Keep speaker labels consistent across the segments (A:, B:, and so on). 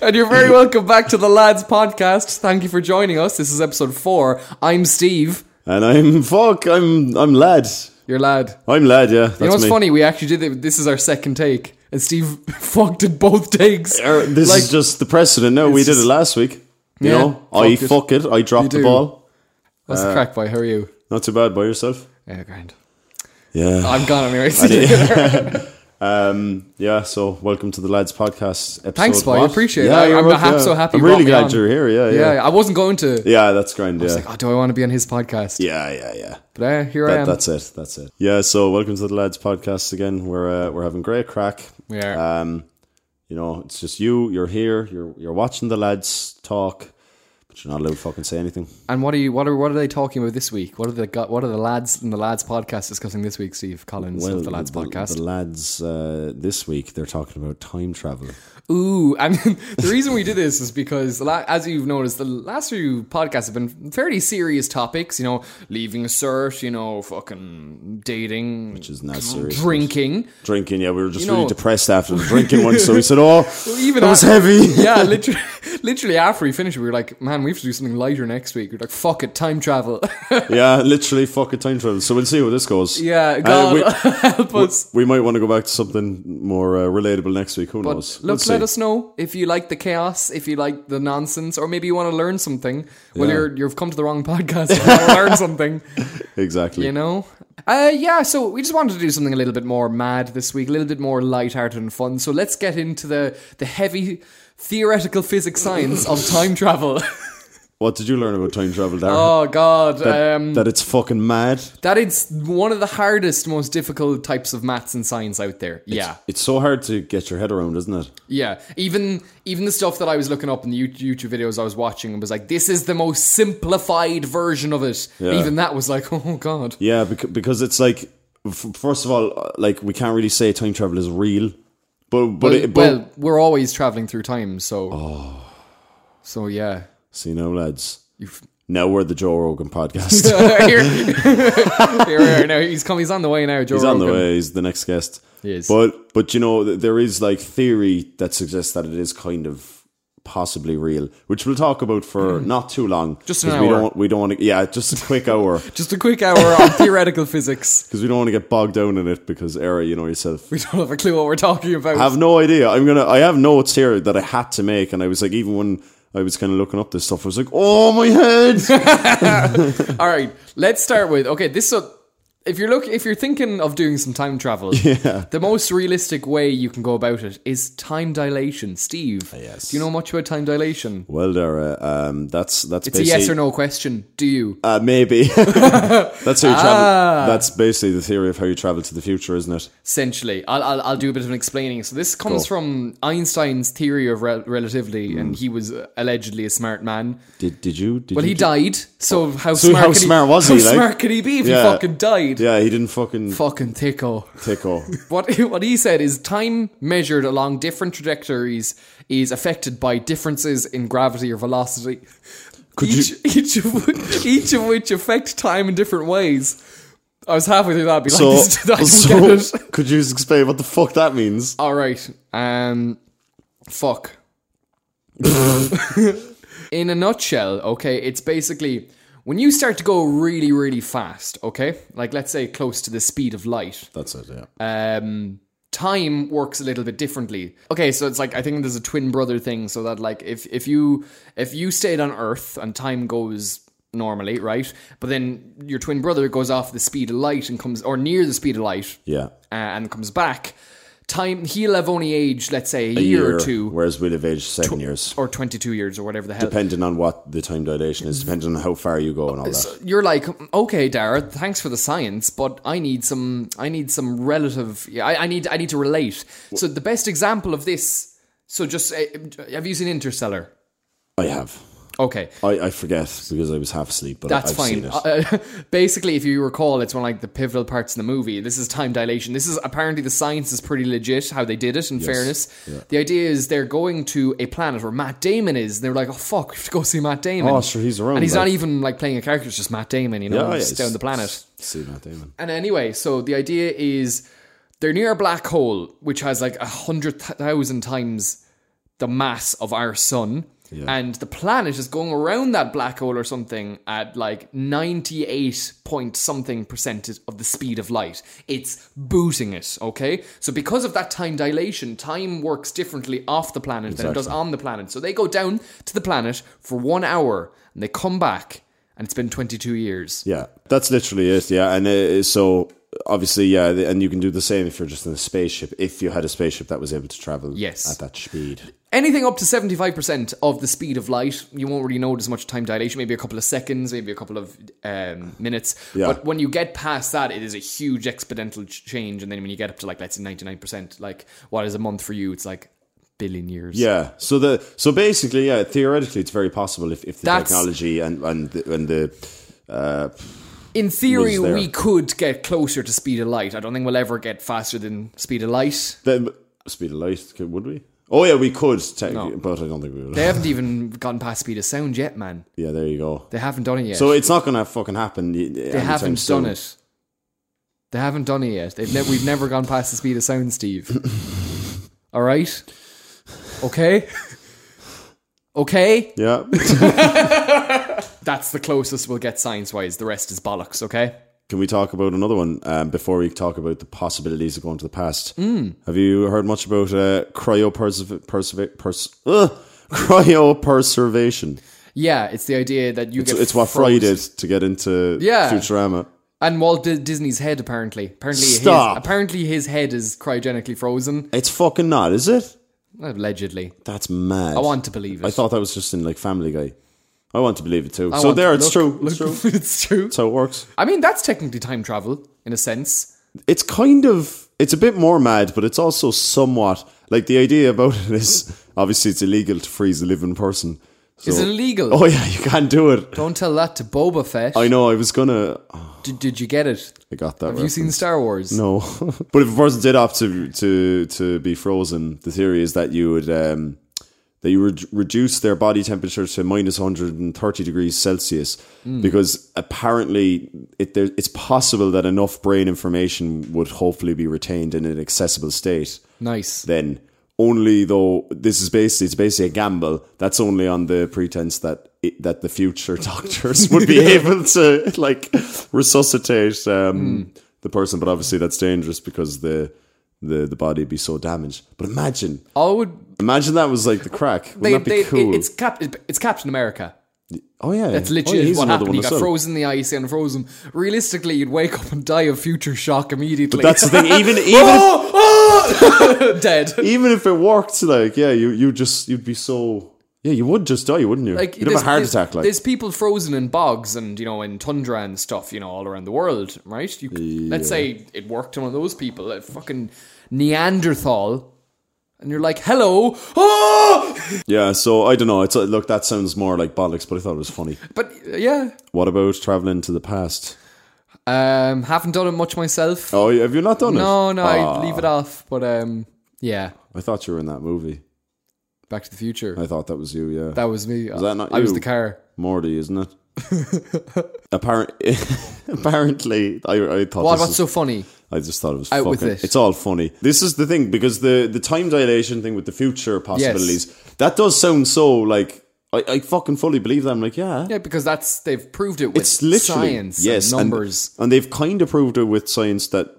A: And you're very welcome back to the Lads Podcast. Thank you for joining us. This is episode four. I'm Steve,
B: And I'm fuck. I'm I'm lad.
A: your lad.
B: I'm lad. Yeah, that's
A: You know what's
B: me.
A: funny? We actually did it. This is our second take, and Steve fucked it both takes.
B: Er, this
A: Like,
B: is just the precedent. No, we did
A: just-
B: it last week. You
A: Yeah,
B: know, I
A: fuck it.
B: fuck it. I dropped
A: You
B: the
A: do.
B: ball.
A: What's
B: uh,
A: the crack, boy? How are you?
B: Not too bad by yourself.
A: Yeah, grand.
B: Yeah.
A: I'm gone anyway.
B: um. Yeah. So welcome to the lads podcast. Episode
A: Thanks, boy. I
B: what?
A: appreciate it. I-
B: you're
A: I'm
B: welcome,
A: ha- so happy
B: I'm
A: you
B: really
A: brought me
B: glad
A: on.
B: you're here. Yeah. Yeah.
A: yeah,
B: Yeah.
A: I wasn't going to.
B: that's grand. Yeah.
A: It's like, oh, do I want to be on his podcast?
B: yeah. Yeah. Yeah.
A: But uh, here I
B: That,
A: am.
B: that's it. That's it. Yeah. So welcome to the lads podcast again. We're uh, we're having great crack.
A: We are.
B: Um, you know, it's just you. You're here. You're you're watching the lads talk, but you're not allowed to fucking say anything.
A: and what are you? What are what are they talking about this week? What are the got? What are the lads in the lads podcast discussing this week? Steve Collins of the lads podcast.
B: The lads uh, this week they're talking about time travel.
A: Ooh, and the reason we did this is because, la- as you've noticed, the last few podcasts have been fairly serious topics. You know, leaving cert. You know, fucking dating, which
B: is not serious.
A: Drinking.
B: Drinking, yeah, we were just
A: You know-
B: really depressed after the drinking one, so we said, "Oh,
A: even
B: that was
A: after-
B: heavy."
A: yeah, literally, literally after we finished, we were like, "Man, we have to do something lighter next week." We're like, "Fuck it, time travel."
B: yeah, literally, fucking time travel. So we'll see how this goes.
A: yeah,
B: Uh,
A: God
B: we-
A: help us.
B: we, might want to go back to something more uh, relatable next week. Who knows?
A: But
B: We'll
A: look, let
B: see.
A: us know if you like the chaos, if you like the nonsense, or maybe you want to learn something. Well,
B: Yeah.
A: you're you've come to the wrong podcast. If you want to learn something,
B: exactly.
A: you know. Uh, yeah. So we just wanted to do something a little bit more mad this week, a little bit more lighthearted and fun. So let's get into the the heavy theoretical physics science of time travel.
B: What did you learn about time travel, Darren?
A: oh God. um,
B: that it's fucking mad.
A: That is one of the hardest, most difficult types of maths and science out there. yeah,
B: It's so hard to get your head around, isn't it?
A: yeah. Even even the stuff that I was looking up in the Yout- YouTube videos I was watching was like, this is the most simplified version of it.
B: Yeah.
A: Even that was like, oh god.
B: Yeah, because, because it's like, f- first of all, uh, like we can't really say time travel is real, but but Oh.
A: Well,
B: it, but
A: well, we're always traveling through time, so. So yeah.
B: see now, lads.
A: You've-
B: Now we're the Joe Rogan podcast.
A: here, here we are now. He's come. He's on the way now. Joe
B: He's on the
A: Rogan.
B: way. He's the next guest.
A: He is.
B: But but you know th- there is like theory that suggests that it is kind of possibly real, which we'll talk about for not too long.
A: Mm. Just an
B: 'cause We
A: hour.
B: don't. We don't want to. Yeah, just a quick hour
A: Just a quick hour on theoretical physics.
B: because we don't want to get bogged down in it. Because era, you know yourself.
A: We don't have a clue what we're talking about.
B: I have no idea. I'm gonna. I have notes here that I had to make, and I was like, even when I was kind of looking up this stuff, I was like, oh my head.
A: All right, let's start with okay. This so if you're look if you're thinking of doing some time travel, yeah. the most realistic way you can go about it is time dilation. Steve,
B: Oh, yes.
A: do you know much about time dilation?
B: well, Dara, um, that's that's
A: It's a
B: basically
A: yes or no question. Do you?
B: Uh, maybe that's how you travel.
A: Ah.
B: That's basically the theory of how you travel to the future, isn't it?
A: Essentially, I'll, I'll I'll do a bit of an explaining. So this comes
B: Go. Hmm.
A: from Einstein's theory of rel- relativity, and he was uh, allegedly a smart man.
B: Did did you? Did
A: Well,
B: you
A: he
B: do-
A: died. So how
B: So
A: smart
B: how
A: could
B: smart
A: he,
B: was
A: how
B: he, like?
A: smart could he be if
B: Yeah.
A: he fucking died?
B: Yeah, he didn't fucking
A: Fucking ticko.
B: take off.
A: What what he said is time measured along different trajectories is affected by differences in gravity or velocity.
B: Could
A: each, each of which, each of which affect time in different ways. I was halfway through that. I'd Be like,
B: So,
A: this, I don't
B: so-
A: get it.
B: could you explain what the fuck that means?
A: All right. Um, fuck. in a nutshell, okay, it's basically when you start to go really, really fast. Okay, like let's say close to the speed of light.
B: That's it. Yeah.
A: um time works a little bit differently okay so it's like i think there's a twin brother thing so that like if if you if you stayed on earth and time goes normally right but then your twin brother goes off the speed of light and comes or near the speed of light
B: yeah.
A: uh, and comes back time he'll have only aged let's say a, year, or two
B: Whereas we'd have aged seven years,
A: or 22 years or whatever the hell
B: depending on what the time dilation is, depending on how far you go and all that.
A: you're like, okay, Dara, thanks for the science, but I need some, I need some relative, yeah, I, I need, I need to relate. So the best example of this, so just, uh, have you seen Interstellar?
B: I have.
A: Okay,
B: I, I forget because I was half asleep, but
A: that's
B: I've
A: fine.
B: seen it.
A: Uh, basically, if you recall, it's one like the pivotal parts in the movie. This is time dilation. This is apparently the science is pretty legit how they did it. In fairness, the idea is they're going to a planet where Matt Damon is, and they're like, oh fuck, we have to go see Matt Damon.
B: Oh, sure, he's around,
A: and he's
B: like-
A: not even like playing a character; it's just Matt Damon, you know,
B: yeah,
A: just
B: it's-
A: down the planet.
B: See Matt Damon.
A: And anyway, so the idea is they're near a black hole, which has like a hundred thousand times the mass of our sun. And the planet is going around that black hole or something at like 98 point something percentage of the speed of light. It's booting it, okay? So, because of that time dilation, time works differently off the planet than it does on the planet. So, they go down to the planet for one hour and they come back, and it's been 22 years.
B: Yeah, that's literally it. Yeah, and uh, so obviously, yeah, th- and you can do the same if you're just in a spaceship. If you had a spaceship that was able to travel
A: Yes.
B: at that speed,
A: Anything up to 75% of the speed of light, you won't really notice much time dilation, maybe a couple of seconds, maybe a couple of um, minutes.
B: Yeah.
A: But when you get past that, it is a huge exponential ch- change. And then when you get up to, like, let's say 99%, like, what is a month for you? It's like billion years.
B: yeah. So the so basically, yeah, theoretically, it's very possible if, if the
A: That's-
B: technology and and the, and the uh,
A: In theory,
B: Was there.
A: we could get closer to speed of light. I don't think we'll ever get faster than speed of light.
B: the speed of light could- would we? Oh yeah, we could, technically, but I don't think we would.
A: They haven't even gone past speed of sound yet, man.
B: yeah, there you go.
A: They haven't done it yet.
B: So it's not gonna fucking happen.
A: they haven't done it. They haven't done it yet. They've ne- we've never gone past the speed of sound, Steve. All right. Okay. Okay.
B: Yeah,
A: That's the closest we'll get science-wise. The rest is bollocks. Okay.
B: Can we talk about another one um, before we talk about the possibilities of going to the past?
A: Hmm.
B: Have you heard much about uh, cryopreserv- preserva- pers- ugh, cryopreservation?
A: Yeah, it's the idea that you get.
B: It's what Fry
A: frozen.
B: did to get into
A: Yeah.
B: Futurama.
A: And Walt Di- Disney's head, apparently. Apparently,
B: Stop.
A: His, apparently his head is cryogenically frozen.
B: It's fucking not, is it?
A: Allegedly,
B: That's mad.
A: I want to believe it.
B: I thought that was just in like Family Guy. I want to believe it too.
A: I
B: so
A: want-
B: there, it's
A: look-
B: true.
A: look,
B: it's true.
A: it's true.
B: That's how it works.
A: I mean, that's technically time travel in a sense.
B: it's kind of it's a bit more mad, but it's also somewhat like the idea about it is obviously it's illegal to freeze a living person. So,
A: It's illegal.
B: Oh yeah, you can't do it.
A: Don't tell that to Boba Fett.
B: I know. I was gonna. oh,
A: Did, did you get it?
B: I got that.
A: Have you seen Star Wars?
B: No, but if a person did opt to to to be frozen, the theory is that you would um that you would reduce their body temperature to minus 130 degrees Celsius
A: Hmm.
B: because apparently it there, it's possible that enough brain information would hopefully be retained in an accessible state.
A: Nice.
B: then only though this is basically it's basically a gamble that's only on the pretense that it, that the future doctors would be able to like resuscitate um, the person but obviously that's dangerous because the the, the body would be so damaged but imagine
A: All would
B: imagine that was like the crack wouldn't
A: they,
B: that be
A: they,
B: cool
A: it- it's Cap it's Captain America.
B: oh yeah
A: It's literally what happened. He got frozen in the ice and frozen. Realistically, you'd wake up and die of future shock immediately.
B: that's the thing even even
A: Oh!
B: if,
A: dead.
B: even if it worked like yeah you you just you'd be so yeah you would just die wouldn't you
A: Like,
B: you'd have
A: there's-
B: a heart
A: there's-
B: attack like
A: there's people frozen in bogs and you know in tundra and stuff. You know all around the world, right? You, Let's say it worked on one of those people, a fucking Neanderthal, and you're like, "Hello, oh!
B: Yeah, so I don't know. It's uh, look that sounds more like bollocks, but I thought it was funny.
A: but uh, yeah."
B: What about traveling to the past?
A: Um, haven't done it much myself.
B: Oh, have you not done it?
A: No, no,
B: Ah,
A: I leave it off. But um, yeah,
B: I thought you were in that movie.
A: Back to the Future.
B: I thought that was you. Yeah,
A: that was me. Was
B: that not
A: I was
B: you?
A: the car.
B: Morty, isn't it? Apparent, apparently, I, I thought.
A: What?
B: this
A: What's
B: was-
A: so funny?
B: I just thought it was
A: Out with
B: fucking.
A: it.
B: It's all funny. This is the thing because the the time dilation thing with the future possibilities that does sound so like I, I fucking fully believe that. I'm like, yeah,
A: Yeah, because that's they've proved it with
B: it's literally
A: science.
B: yes,
A: and
B: and-
A: numbers.
B: and, they've kind of proved it with science that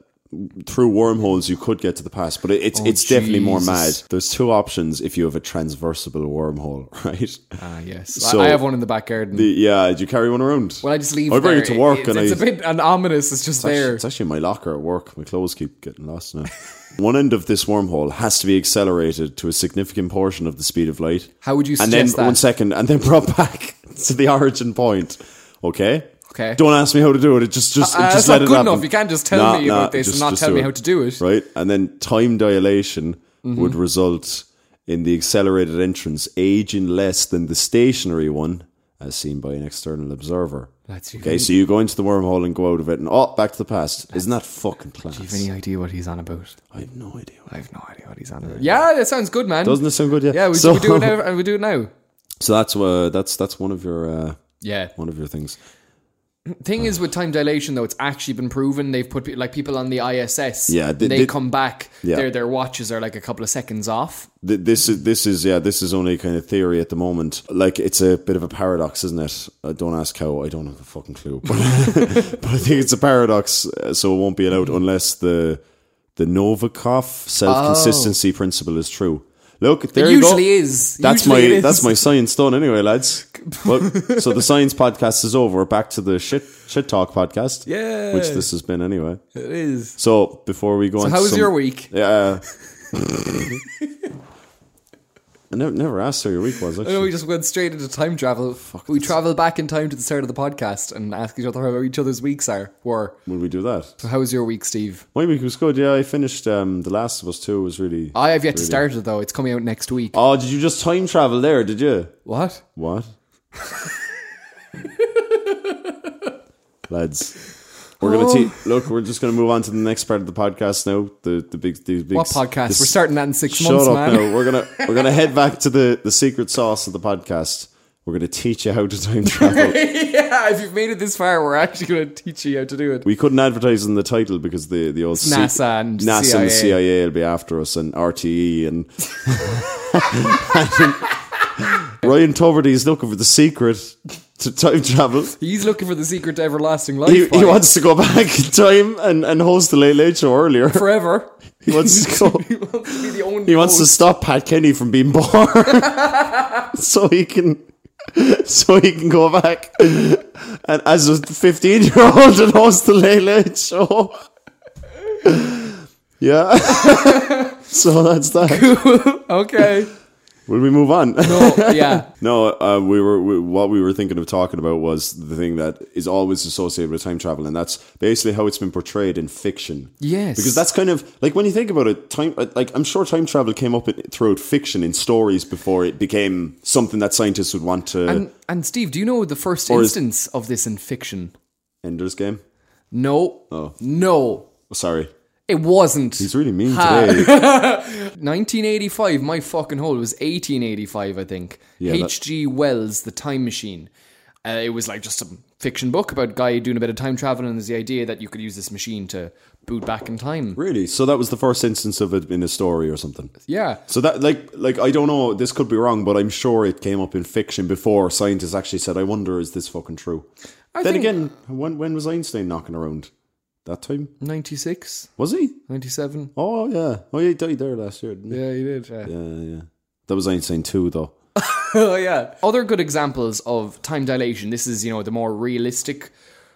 B: through wormholes you could get to the past, but it, it's it's definitely more mad.
A: Oh, Jesus.
B: There's two options if you have a transversible wormhole, right?
A: Ah, yes.
B: So-
A: I, I have one in the back garden.
B: The- yeah, do you carry one around?
A: well, I just leave.
B: I bring
A: there.
B: it to work
A: It's,
B: and
A: it's a
B: I-
A: bit an ominous. It's just there.
B: It's actually in my locker at work. My clothes keep getting lost now. one end of this wormhole has to be accelerated to a significant portion of the speed of light,
A: How would you
B: and then
A: suggest that?
B: one second, and then brought back to the origin point. Okay.
A: Okay.
B: Don't ask me how to do it. It just, just,
A: Uh,
B: it
A: it's
B: just
A: not
B: let
A: good
B: it happen.
A: enough. You can't just tell
B: Nah,
A: me
B: nah,
A: about this
B: just-
A: and not
B: just
A: tell
B: do
A: me
B: it
A: how to do it. Mm-hmm.
B: right? And then time dilation would result in the accelerated entrance aging less than the stationary one, as seen by an external observer.
A: That's
B: okay, so you go into the wormhole and go out of it, and oh, back to the past. Isn't that fucking
A: Do you
B: class?
A: have any idea what he's on about?
B: I have no idea.
A: I have no idea what he's on about. Yeah, that sounds good, man.
B: Doesn't it sound good? Yeah,
A: yeah, we,
B: so,
A: we do it now. We do it now.
B: so that's uh, that's that's one of your uh,
A: Yeah.
B: one of your things.
A: Thing is, with time dilation, though, it's actually been proven. They've put pe- like people on the ISS.
B: Yeah,
A: they,
B: they- they-
A: come back.
B: Yeah.
A: Their their watches are like a couple of seconds off.
B: Th- this is this is yeah this is only kind of theory at the moment like it's a bit of a paradox isn't it uh, don't ask how i don't have a fucking clue but, but i think it's a paradox uh, so it won't be allowed unless the the novikov self-consistency principle is true look there
A: Oh. It
B: you
A: usually
B: go
A: is.
B: that's
A: Usually it
B: my
A: is.
B: that's my science done anyway lads well, so the science podcast is over back to the shit shit talk podcast
A: Yeah.
B: which this has been anyway
A: It is.
B: so before we go on to
A: How was
B: some-
A: your week?
B: yeah. I never, never asked how your week was.
A: I know we
B: Actually.
A: just went straight into time travel. we travel back in time to the start of the podcast and ask each other how each other's weeks are. Were
B: Will we do that?
A: how was your week, Steve?
B: My week was good. Yeah, I finished um, The Last of Us Two. Was really.
A: I have yet to start it though. It's coming out next week.
B: oh, did you just time travel there? Did you?
A: What?
B: What? Lads, we're
A: Oh.
B: gonna te- look. We're just gonna move on to the next part of the podcast now. The the big these big
A: What podcast?
B: this-
A: We're starting that in six
B: Shut
A: months,
B: up
A: man.
B: now. We're gonna we're gonna head back to the the secret sauce of the podcast. We're gonna teach you how to time travel.
A: yeah, if you've made it this far, we're actually going to teach you how to do it.
B: We couldn't advertise in the title because the the old C-
A: NASA and
B: NASA and
A: CIA.
B: the CIA will be after us and RTE and Ryan Tuberty is looking for the secret to time travel.
A: He's looking for the secret to everlasting life.
B: He, he
A: buddy.
B: wants to go back in time and, and host the Late Late Show earlier.
A: forever.
B: He wants to go.
A: He wants to be the only.
B: He wants to
A: host.
B: stop Pat Kenny from being born, so he can, so he can go back and as a fifteen-year-old and host the Late Late Show. Yeah. so that's that.
A: Okay.
B: Will we move on?
A: Oh, yeah.
B: No, uh, we were we, what we were thinking of talking about was the thing that is always associated with time travel, and that's basically how it's been portrayed in fiction.
A: Yes.
B: because that's kind of like when you think about it, time uh, like I'm sure time travel came up in, throughout fiction in stories before it became something that scientists would want to
A: And, and Steve, do you know the first
B: Or is-
A: instance of this in fiction?
B: Ender's Game.
A: No.
B: Oh.
A: No.
B: Oh, sorry,
A: It wasn't.
B: he's really mean
A: Ha.
B: today.
A: 1985, my fucking hole was 1885, I think.
B: that-
A: H.G. Wells, The Time Machine. Uh, it was like just a fiction book about a guy doing a bit of time travel, and there's the idea that you could use this machine to boot back in time.
B: really, so that was the first instance of it in a story or something.
A: Yeah.
B: So that like like I don't know this could be wrong but I'm sure it came up in fiction before scientists actually said I wonder is this fucking true.
A: I
B: then
A: think-
B: again when when was Einstein knocking around? That time?
A: 96,
B: Was he?
A: 97.
B: Oh yeah. Oh he died there last year, didn't he?
A: Yeah, you did. Yeah.
B: Yeah, yeah. That was Einstein too though.
A: oh yeah. Other good examples of time dilation. This is you know the more realistic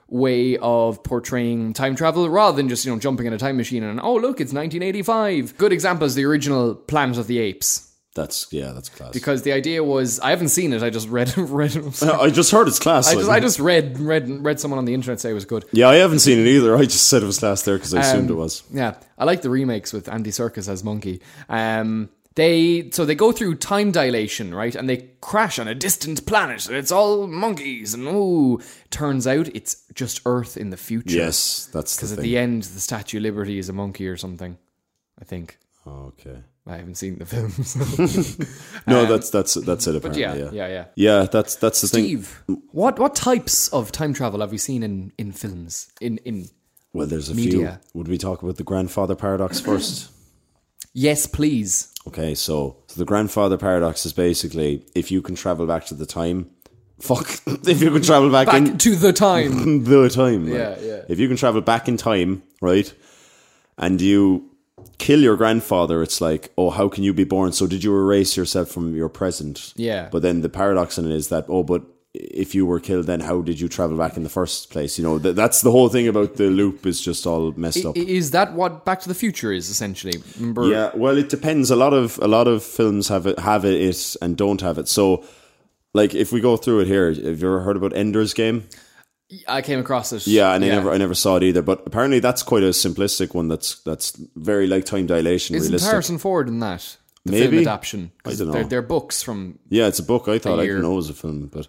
A: way of portraying time travel rather than just you know jumping in a time machine and oh look it's 1985. Good example is the original Planet of the Apes
B: That's yeah, that's class.
A: because the idea was I haven't seen it. I just read read. I
B: I just heard it's class. like-
A: just I just read read read someone on the internet say it was good.
B: yeah, I haven't seen it either. I just said it was class there because I assumed
A: Um,
B: it was.
A: Yeah, I like the remakes with Andy Serkis as Monkey. Um, they so they go through time dilation, right? And they crash on a distant planet, and it's all monkeys. And ooh, turns out it's just Earth in the future.
B: Yes, that's the
A: because
B: thing.
A: at the end, the Statue of Liberty is a monkey or something. I think
B: Oh, okay.
A: I haven't seen the films.
B: No, that's that's that's it apparently.
A: Um, yeah,
B: yeah.
A: yeah, yeah, yeah.
B: Yeah, that's that's the thing.
A: Steve, what what types of time travel have we seen in in films? In in
B: Well, there's a
A: Media.
B: few. Would we talk about the grandfather paradox first?
A: yes, please.
B: Okay, so, so the grandfather paradox is basically if you can travel back to the time, fuck, if you can travel back,
A: Back to the time.
B: in the time, like,
A: Yeah, yeah.
B: If you can travel back in time, right, and you kill your grandfather, it's like, oh, how can you be born? So did you erase yourself from your present?
A: Yeah.
B: But then the paradox in it is that, oh, but if you were killed, then how did you travel back in the first place? You know, th- that's the whole thing about the loop is just all messed up.
A: I- Is that what Back to the Future is essentially? Remember,
B: Yeah, well, it depends. A lot of a lot of films have it, have it, it and don't have it. So, like, if we go through it here, have you ever heard about Ender's Game?
A: I came across it.
B: Yeah, and I never I never saw it either. But apparently, that's quite a simplistic one. That's that's very like time dilation,
A: Isn't
B: realistic.
A: Harrison Ford in that? The film
B: Maybe.
A: adaptation. 'Cause
B: I dunno.
A: They're, they're books from.
B: Yeah, it's a book. I thought I
A: year.
B: didn't know it was a film, but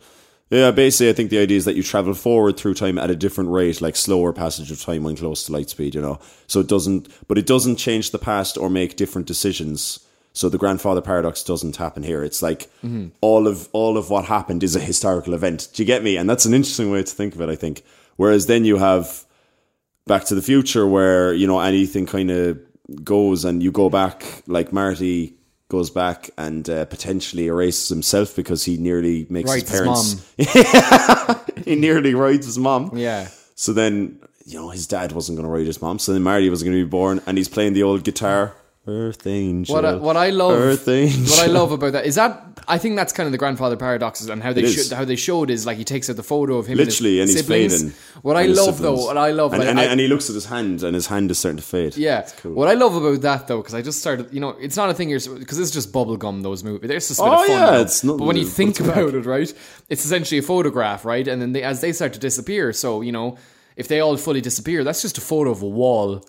B: yeah, basically, I think the idea is that you travel forward through time at a different rate, like slower passage of time when close to light speed. You know, so it doesn't, but it doesn't change the past or make different decisions. So the grandfather paradox doesn't happen here. It's like all of all of what happened is a historical event. Do you get me? And that's an interesting way to think of it. I think Whereas then you have Back to the Future, where you know anything kind of goes, and you go back like Marty goes back and uh, potentially erases himself because he nearly makes
A: Writes
B: his
A: his
B: parents. he nearly rides his mom.
A: Yeah.
B: So then, you know, his dad wasn't going to ride his mom. So then Marty was going to be born, and he's playing the old guitar. Earth Angel.
A: What I, uh, what I love,
B: Earth Angel.
A: what I love about that is that I think that's kind of the grandfather paradoxes and how they
B: It
A: sho-
B: is.
A: how they showed is like he takes out the photo of him
B: Literally,
A: and
B: and he's
A: his siblings.
B: fading.
A: What I
B: And his
A: love
B: siblings.
A: though, what I love,
B: and,
A: like,
B: and,
A: I-
B: and he looks at his hand, and his hand is starting to fade.
A: yeah. What I love about that though, because I just started, you know, it's not a thing you're because it's just bubblegum. Those movies, there's just a bit
B: Oh,
A: of fun.
B: yeah,
A: though.
B: it's not-
A: but when you
B: but
A: think
B: it's crack.
A: about it, right, it's essentially a photograph, right? And then they, as they start to disappear, so you know, if they all fully disappear, that's just a photo of a wall,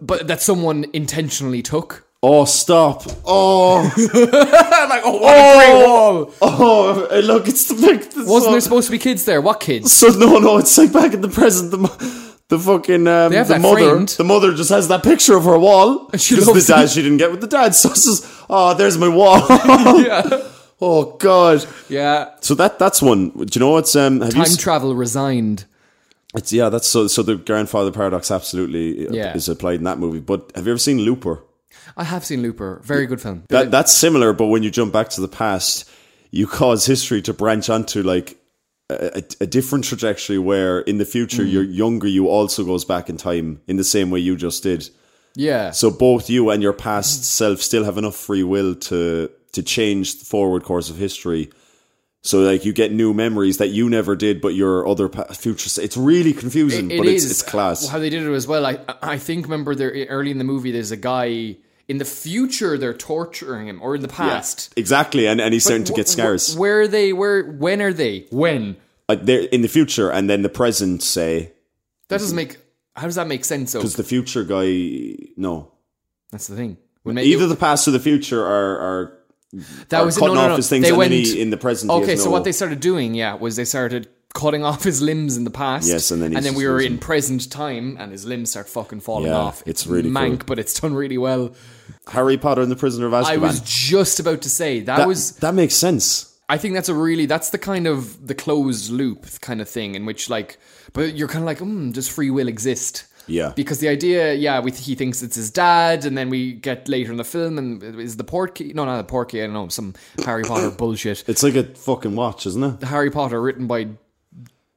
A: but that someone intentionally took.
B: Oh, stop! Oh,
A: I'm like, oh, what a great wall!
B: oh! eh, Look, it's the big. the-
A: Wasn't
B: so,
A: there supposed to be kids there? What kids?
B: so no, no. It's like back in the present. The, mo- the fucking um,
A: have
B: the
A: that
B: mother.
A: framed.
B: The mother just has that picture of her wall.
A: she
B: Because
A: loves
B: the dad she didn't get with the dad. So it's just, oh, there's my wall.
A: yeah.
B: oh God.
A: Yeah.
B: So that that's one. Do you know what's um? Have you
A: Time
B: s-
A: travel resigned.
B: it's, yeah, that's so. So the grandfather paradox absolutely uh,
A: Yeah.
B: is applied in that movie. But have you ever seen Looper?
A: I have seen Looper. Very good film.
B: That that's similar, but when you jump back to the past, you cause history to branch onto like a, a- a different trajectory. Where in the future,
A: Mm-hmm.
B: you're younger, you also goes back in time in the same way you just did.
A: yeah.
B: So both you and your
A: Mm-hmm.
B: past self still have enough free will to to change the forward course of history. So like you get new memories that you never did, but your other pa- future. s- It's really confusing,
A: It
B: but
A: is.
B: it's it's class.
A: How they did it as well. I I think remember there early in the movie there's a guy in the future they're torturing him or in the past.
B: Exactly, and, and he's starting to
A: Wh-
B: get
A: wh-
B: scarce.
A: Where are they where when are they? When?
B: Like they're in the future, and then the present say
A: That doesn't
B: Mm-hmm.
A: make how does that make sense though?
B: because the future guy no
A: That's the thing. Would make
B: either the past or the future are are,
A: that
B: are
A: was
B: cutting
A: Oh, no, no,
B: off
A: no.
B: his things,
A: they
B: and
A: went
B: then he, in the present. he
A: Okay,
B: has
A: so
B: no-
A: what they started doing, yeah, was they started cutting off his limbs in the past.
B: Yes, and then he's
A: we
B: just
A: were
B: losing-
A: in present time, and his limbs start fucking falling
B: Yeah,
A: off.
B: it's really
A: mank,
B: cool.
A: but it's done really well.
B: Harry Potter and the Prisoner of Azkaban.
A: I was just about to say that,
B: that
A: was.
B: that makes sense.
A: I think that's a really that's the kind of the closed loop kind of thing in which like, but you're kind of like, hmm, does free will exist?
B: Yeah.
A: Because the idea, yeah, we, he thinks it's his dad, and then we get later in the film, and is the porky? No, not the porky. I don't know some Harry Potter bullshit.
B: It's like a fucking watch, isn't it?
A: Harry Potter written by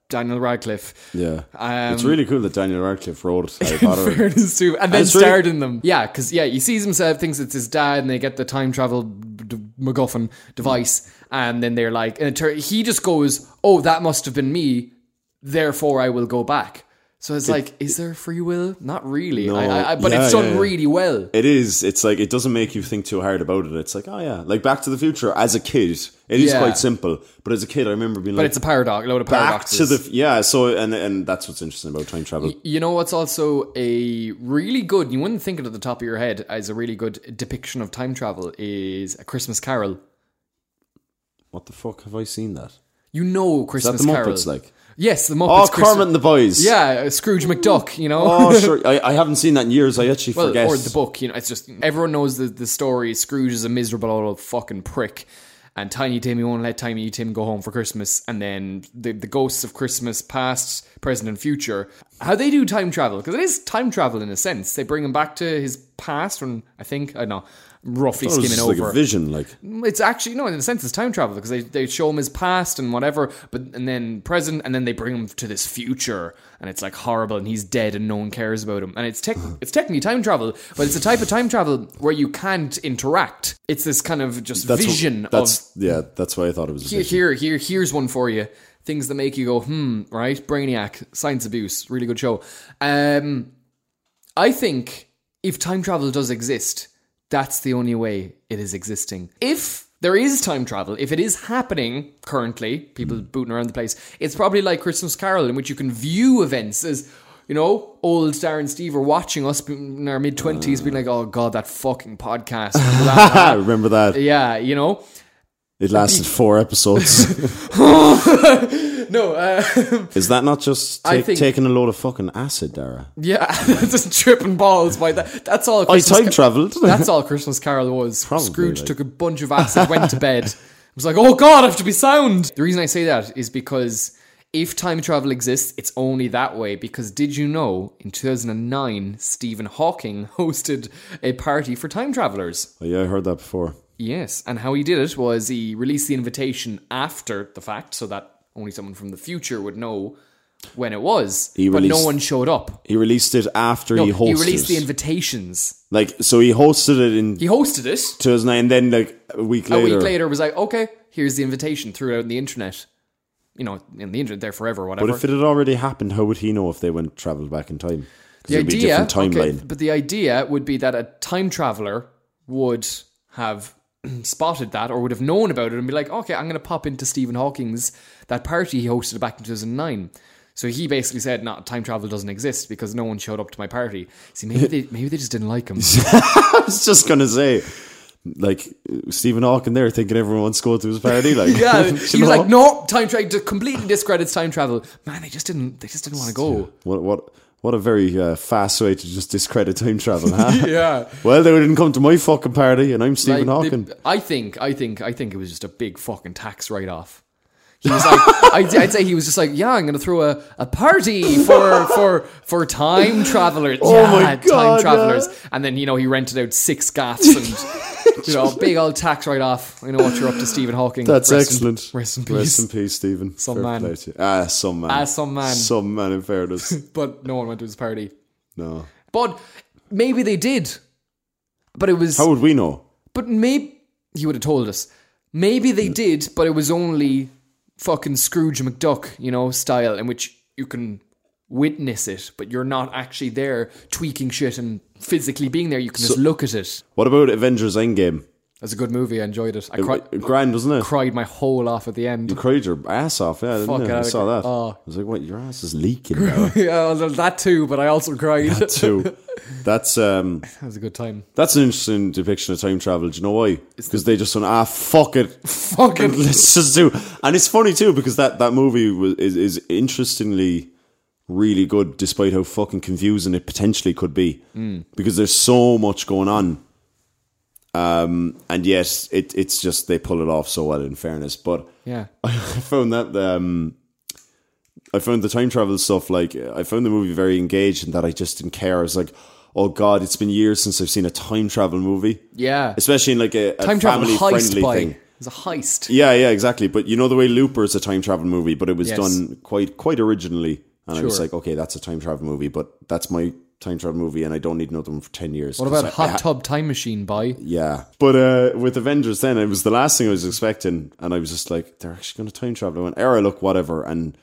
A: Daniel Radcliffe.
B: Yeah,
A: Um,
B: it's really cool that Daniel Radcliffe wrote Harry Potter.
A: Fairness to, and then
B: it's really-
A: starred in them. Yeah, because yeah, he sees himself, thinks it's his dad, and they get the time travel d- MacGuffin device, and then they're like, and it tur- he just goes, "Oh, that must have been me. Therefore, I will go back." So it's like, is there free will? Not really. I, I, I, but
B: Yeah,
A: it's done
B: yeah, yeah.
A: really well.
B: it is. It's like it doesn't make you think too hard about it. It's like oh yeah, like Back to the Future. As a kid, it is
A: Yeah.
B: quite simple. But as a kid, I remember being
A: But
B: like
A: it's a paradox. A load of
B: back
A: paradoxes.
B: to the f- yeah. So and and that's what's interesting about time travel.
A: You know what's also a really good, you wouldn't think it at the top of your head as a really good depiction of time travel is A Christmas Carol.
B: What the fuck have I seen that?
A: You know
B: Is that
A: Christmas
B: the
A: Carol.
B: Muppets like?
A: Yes, the
B: Oh,
A: Muppets. Christmas-
B: Kermit and the Boys.
A: Yeah, uh, Scrooge McDuck, you know?
B: Oh, sure. I, I haven't seen that in years. I actually
A: Well,
B: forget.
A: or the book, you know, it's just everyone knows the, the story. Scrooge is a miserable old fucking prick. And Tiny Tim, he won't let Tiny Tim go home for Christmas. And then the, the ghosts of Christmas, past, present, and future. How they do time travel, because it is time travel in a sense. They bring him back to his past, when I think, I don't know, roughly
B: It was
A: skimming
B: just
A: over.
B: like a vision, like
A: it's actually no in a sense it's time travel because they, they show him his past and whatever but and then present and then they bring him to this future and it's like horrible and he's dead and no one cares about him and it's tech
B: Mm-hmm.
A: it's technically time travel but it's a type of time travel where you can't interact it's this kind of just
B: that's what-
A: vision of
B: That's yeah. That's why I thought it was.
A: here,
B: A vision.
A: here here here's one for you things that make you go hmm right brainiac science abuse really good show um i think if time travel does exist that's the only way it is existing if there is time travel if it is happening currently people booting around the place it's probably like christmas carol in which you can view events as you know, old Darren and Steve are watching us in our mid 20s, being like, oh, God, that fucking podcast.
B: Ah, remember that?
A: yeah, you know?
B: It lasted four episodes.
A: No, uh,
B: Is that not just
A: I
B: take,
A: think-
B: taking a load of fucking acid, Dara?
A: Yeah, just tripping balls by that. That's all.
B: I
A: Christmas
B: time
A: Ca-
B: traveled.
A: that's all Christmas Carol was.
B: Probably,
A: Scrooge
B: like-
A: took a bunch of acid, went to bed. was like, "Oh God, I have to be sound." The reason I say that is because If time travel exists, it's only that way because did you know in 2009 Stephen Hawking hosted a party for time travelers?
B: Oh, yeah, I heard that before.
A: Yes, and how he did it was he released the invitation after the fact so that only someone from the future would know when it was.
B: He
A: but no
B: released-
A: one showed up.
B: He released it after
A: No,
B: he hosted.
A: he released the
B: it.
A: invitations.
B: like so he hosted it in
A: He hosted it.
B: 2009, and then like a week
A: a
B: later.
A: week later was like, okay, here's the invitation, threw it out on the internet. You know, in the internet there forever, whatever.
B: But if it had already happened, how would he know if they went travelled back in time? Because
A: the
B: it'd be a different timeline.
A: okay, but the idea would be that a time traveler would have spotted that or would have known about it and be like, okay, I'm going to pop into Stephen Hawking's that party he hosted back in 2009. So he basically said, "No, time travel doesn't exist because no one showed up to my party." See, maybe they maybe they just didn't like him.
B: I was just gonna say, like Stephen Hawking there thinking everyone wants to go to his party. Like
A: yeah, he
B: you
A: was
B: know?
A: like, "No, time travel completely discredits time travel." Man, they just didn't they just didn't want to go.
B: What what what a very uh, fast way to just discredit time travel, huh?
A: Yeah.
B: Well, they didn't come to my fucking party, and I'm Stephen
A: Like,
B: Hawking.
A: the- I think, I think, I think it was just a big fucking tax write off. He was like, I'd, I'd say he was just like, yeah, I'm going to throw a, a party for for for time travelers.
B: Oh
A: yeah,
B: my
A: time
B: God,
A: travelers. And then you know he rented out six gaffs and you know big old tax write off. You know what you're up to, Stephen Hawking.
B: That's
A: Rest in-
B: excellent.
A: rest in
B: Rest
A: peace.
B: in peace, Stephen.
A: Some
B: Fair
A: man.
B: play to you. Ah, some man.
A: Ah, some man.
B: Some man in fairness.
A: but no one went to his party.
B: no.
A: But maybe they did. But it was
B: How would we know?
A: But maybe he would have told us. Maybe they did, but it was only fucking Scrooge McDuck, you know, style in which you can witness it, but you're not actually there tweaking shit and physically being there. You can just look at it.
B: What about Avengers Endgame?
A: That's a good movie. I enjoyed it. I cri-
B: Grand, wasn't it?
A: cried my whole off at the
B: You
A: end.
B: cried your ass off, yeah. Didn't
A: Fuck
B: you? I
A: out.
B: saw that.
A: Oh.
B: I was like, "What? Your ass is leaking now."
A: yeah, well, that too, but I also cried. that
B: Too. That's um,
A: was a good time.
B: that's an interesting depiction of time travel. Do you know why? Because they just went, "Ah, fuck it,
A: Fucking.
B: let's just do. And it's funny too because that that movie was, is is interestingly really good, despite how fucking confusing it potentially could be, because there's so much going on. Um, and yet it it's just they pull it off so well. In fairness, but
A: Yeah.
B: I found that um, I found the time travel stuff like I found the movie very engaged, and that I just didn't care. I was like. Oh god, it's been years since I've seen a time travel movie,
A: Yeah.
B: especially in like a, a
A: Time travel heist
B: family-friendly
A: by.
B: thing.
A: It was a heist.
B: Yeah, yeah, exactly. But you know the way Looper is a time travel movie, but it was
A: Yes.
B: done quite quite originally, and I was
A: Sure.
B: like, okay, that's a time travel movie, but that's my time travel movie, and I don't need another one for ten years.
A: What about Hot Tub Time Machine by?
B: Yeah, but uh, with Avengers, then it was the last thing I was expecting, and I was just like, they're actually going to time travel. I went, era, look, whatever. And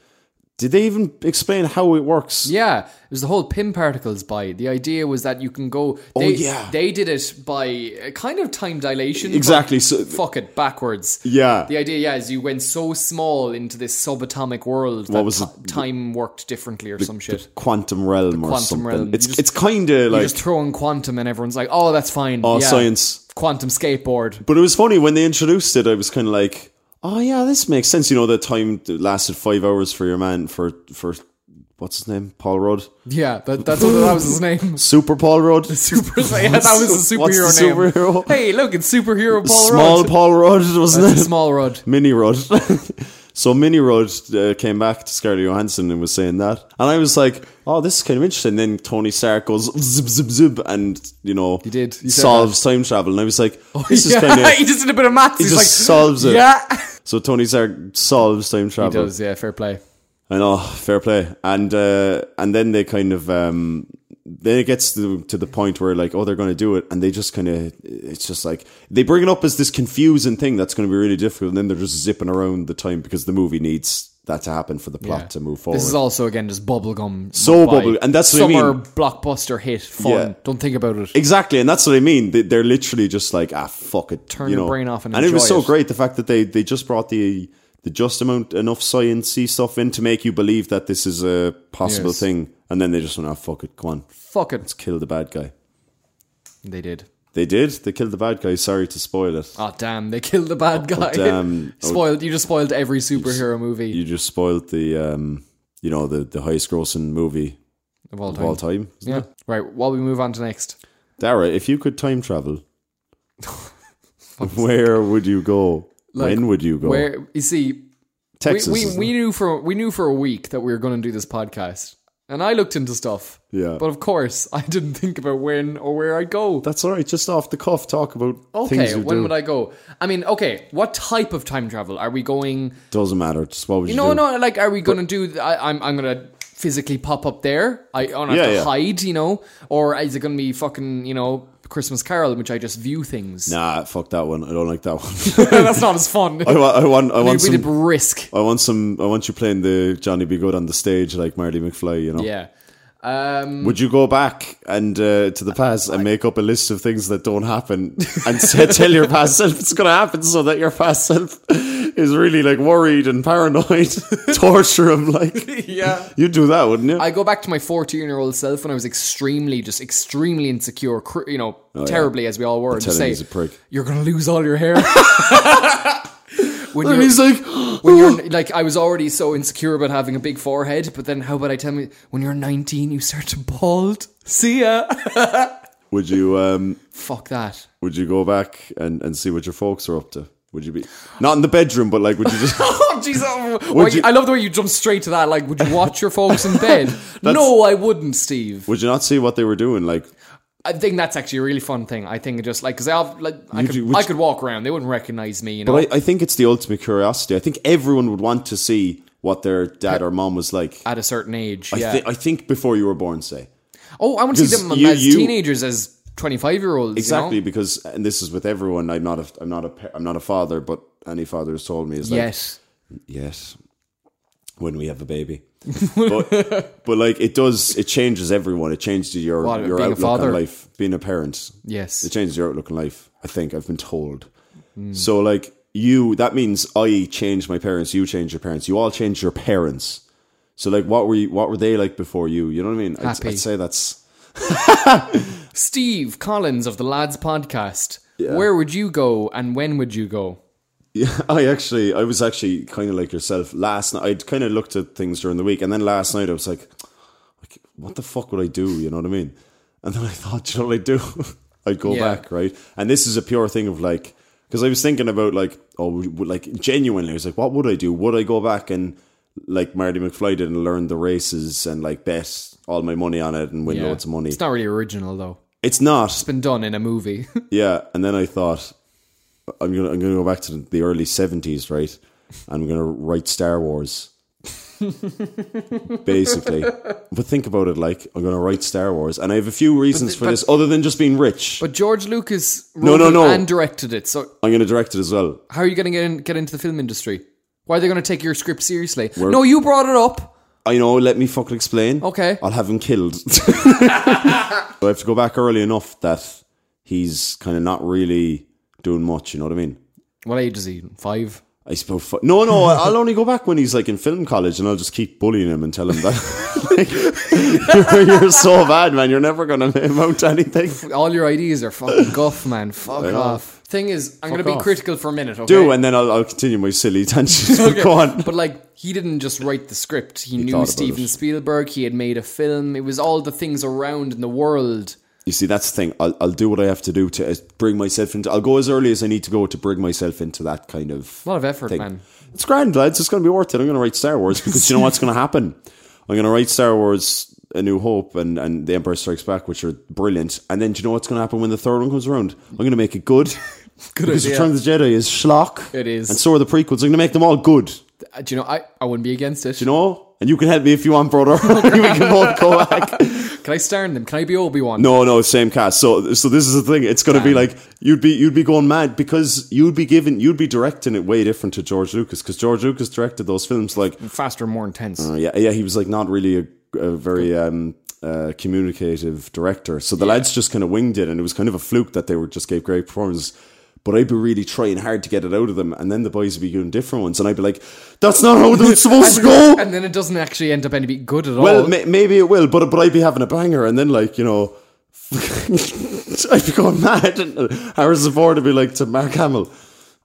B: did they even explain how it works?
A: Yeah, it was the whole pin particles by. The idea was that you can go. They,
B: Oh, yeah.
A: they did it by a kind of time dilation. but
B: Exactly, so-
A: fuck it, backwards.
B: Yeah.
A: The idea, yeah, is you went so small into this subatomic world that
B: was
A: ti-
B: it?
A: time worked differently or some shit.
B: Quantum realm or
A: quantum
B: something.
A: realm. You
B: It's
A: just-
B: it's kind of
A: You
B: like
A: just throw in quantum and everyone's like, oh, that's fine.
B: oh,
A: yeah.
B: science.
A: Quantum skateboard.
B: But it was funny when they introduced it. I was kind of like, "Oh yeah, this makes sense." You know, the time that lasted five hours for your man for for what's his name, Paul Rudd,
A: Yeah, that, that's what that was his name.
B: Super Paul Rudd,
A: Super, yeah, that was a superhero
B: What's the
A: name.
B: superhero?
A: Hey, look, it's superhero Paul
B: small
A: Rudd.
B: Paul Rudd, wasn't it?
A: Small Rudd.
B: Mini Rudd. so Mini Rudd uh, came back to Scarlett Johansson and was saying that, and I was like, "Oh, this is kind of interesting." then Tony Stark goes zip zip zip, and you know, he
A: did. He said Oh,
B: solves time travel, and I was like, "This
A: yeah,
B: is kind of."
A: he just did a bit of maths. He's
B: just
A: like,
B: solves it.
A: Yeah.
B: So Tony Stark solves time travel.
A: does, yeah, fair play.
B: I know, oh, fair play. And uh, and then they kind of um, then it gets to, to the point where like, oh, they're going to do it, and they just kind of it's just like they bring it up as this confusing thing that's going to be really difficult, and then they're just zipping around the time because the movie needs that to happen for the plot
A: Yeah.
B: to move forward.
A: This is also again just bubblegum.
B: So
A: by
B: bubble- and that's what I
A: summer
B: mean.
A: blockbuster hit. Fun.
B: Yeah.
A: Don't think about it.
B: Exactly, and that's what I mean. They, they're literally just like, ah, fuck it. Turn
A: your brain off and
B: and it was
A: enjoy
B: so
A: it.
B: great the fact that they they just brought the the just amount enough sciencey stuff in to make you believe that this is a possible
A: Yes.
B: thing, and then they just went, ah, fuck it, come on,
A: Fuck it.
B: kill the bad guy.
A: They did.
B: They did. They killed the bad guy. Sorry to spoil it.
A: Oh damn! They killed the bad guy.
B: damn. Oh.
A: spoiled. You just spoiled every superhero movie
B: You just spoiled the, um, you know, the, the highest grossing movie
A: of all
B: of
A: time.
B: all time. isn't
A: yeah.
B: it?
A: Right. While we move on to next,
B: Dara, if you could time travel, where would you go? when would you go?
A: where you see
B: Texas.
A: we,
B: isn't
A: we
B: it?
A: knew for we knew for a week that we were going to do this podcast, and I looked into stuff.
B: Yeah.
A: But of course, I didn't think about when or where I go.
B: That's all right. Just off the cuff, talk about
A: Okay,
B: things you
A: when
B: do.
A: would I go? I mean, okay, what type of time travel are we going?
B: Doesn't matter. Just what would you,
A: No,
B: do?
A: no, like, are we going to do? th- I, I'm, I'm going to physically pop up there. I don't have
B: Yeah,
A: to
B: yeah.
A: hide, you know, or is it going to be fucking, you know, Christmas Carol, in which I just view things?
B: Nah, fuck that one. I don't like that one.
A: That's not as fun.
B: I want. I want. I want
A: we did
B: some.
A: risk.
B: I want some. I want you playing the Johnny Be Good on the stage like Marty McFly. You know.
A: Yeah. Um,
B: Would you go back and uh, to the past and make up a list of things that don't happen and say, tell your past self it's going to happen so that your past self is really like worried and paranoid, torture him like
A: yeah.
B: you do that, wouldn't you?
A: I go back to my 14 year old self when I was extremely, just extremely insecure, cr- you know, terribly as we all were. And just
B: telling
A: say,
B: he's a prick.
A: You're going to lose all your hair. when
B: and
A: you're,
B: he's like,
A: when you're like, I was already so insecure about having a big forehead, but then how about I tell me, when you're 19, you start to bald? See ya.
B: would you um,
A: Fuck that.
B: would you go back and, and see what your folks are up to? Would you be not in the bedroom, but like would you just
A: Oh, jeez. oh, why-
B: you-
A: I love the way you jump straight to that. Like, would you watch your folks in bed? no, I wouldn't, Steve.
B: would you not see what they were doing? Like
A: I think that's actually a really fun thing. I think just like because I have like I
B: You
A: could
B: do- which-
A: I could walk around, they wouldn't recognize me. You know,
B: but I, I think it's the ultimate curiosity. I think everyone would want to see what their dad or mom was like.
A: at a certain age.
B: I,
A: yeah.
B: thi- I think before you were born, say.
A: oh, I want to see
B: 'Cause
A: them
B: you-
A: as
B: you-
A: teenagers, as twenty-five year olds.
B: exactly because and this is with everyone i'm not a i'm not a pa- i'm not a father but any father has told me is like
A: Yes.
B: yes when we have a baby but, but like it does it changes everyone it changes your
A: What,
B: your
A: being a
B: outlook
A: father?
B: on life being a parent
A: Yes.
B: it changes your outlook on life i think i've been told
A: Hmm.
B: so like you that means i changed my parents you changed your parents you all changed your parents so like what were you what were they like before you you know what i mean I'd,
A: Happy.
B: I'd say that's
A: Steve Collins of the Lads Podcast. Where would you go, and when would you go?
B: Yeah, I actually, I was actually kind of like yourself last night. I'd kind of looked at things during the week, and then last night I was like, like, what the fuck would I do? You know what I mean? And then I thought, you know what I'd do? I'd go
A: Yeah.
B: back, right? And this is a pure thing of like, because I was thinking about like, oh, would- would- like genuinely, I was like, what would I do? Would I go back and like Marty McFly did and learn the races and like bet all my money on it and win
A: Yeah.
B: loads of money?
A: It's not really original though.
B: It's not,
A: It's been done in a movie.
B: yeah, and then I thought I'm gonna I'm gonna go back to the, the early seventies, right? I'm gonna write Star Wars, basically. But think about it, like I'm gonna write Star Wars, and I have a few reasons for this other than just being rich.
A: but George Lucas wrote
B: no,
A: it
B: no.
A: and directed it. So
B: I'm gonna direct it as well.
A: how are you going to get in, get into the film industry? Why are they going to take your script seriously? no, you brought it up.
B: I know. Let me fucking explain.
A: Okay.
B: I'll have him killed. so I have to go back early enough that he's kind of not really doing much. You know what I mean?
A: What age is he? Five.
B: I suppose. Fu- no, no. I'll only go back when he's like in film college, and I'll just keep bullying him and tell him that like, you're, you're so bad, man. You're never gonna amount to anything.
A: all your ideas are fucking guff, man. Fuck
B: know.
A: off. Thing is, I'm going to be
B: off.
A: critical for a minute, okay?
B: Do, and then I'll, I'll continue my silly tangents.
A: Okay.
B: Go on.
A: But like, he didn't just write the script. He,
B: thought
A: knew
B: about
A: Steven
B: it.
A: Spielberg. He had made a film. It was all the things around in the world.
B: You see, that's the thing. I'll, I'll do what I have to do to uh, bring myself into. I'll go as early as I need to go to bring myself into that kind of.
A: A lot of effort,
B: thing.
A: man.
B: It's grand, lads. It's going to be worth it. I'm going to write Star Wars because you know what's going to happen. I'm going to write Star Wars: A New Hope and and The Empire Strikes Back, which are brilliant. And then do you know what's going to happen when the third one comes around? I'm going to make it good.
A: Good
B: because
A: idea.
B: Return of the Jedi is schlock.
A: It is.
B: and so are the prequels. I'm going to make them all good.
A: Uh, Do you know? I, I wouldn't be against it.
B: You know. And you can help me if you want, brother. we can both go back.
A: Can I star in them? Can I be Obi Wan?
B: No, no, same cast. So, so this is the thing. It's going to be like you'd be you'd be going mad because you'd be given you'd be directing it way different to George Lucas because George Lucas directed those films like
A: Faster, more intense.
B: Uh, yeah, yeah, he was like not really a, a very um, uh, communicative director. So the lads just kind of winged it, and it was kind of a fluke that they were just gave great performances. But I'd be really trying hard to get it out of them, and then the boys would be doing different ones, and I'd be like, "That's not how it's supposed to go."
A: And then it doesn't actually end up any be good at
B: Well,
A: all.
B: ma- maybe it will, but but I'd be having a banger, and then like you know, I'd be going mad, and Harrison Ford would be like to Mark Hamill,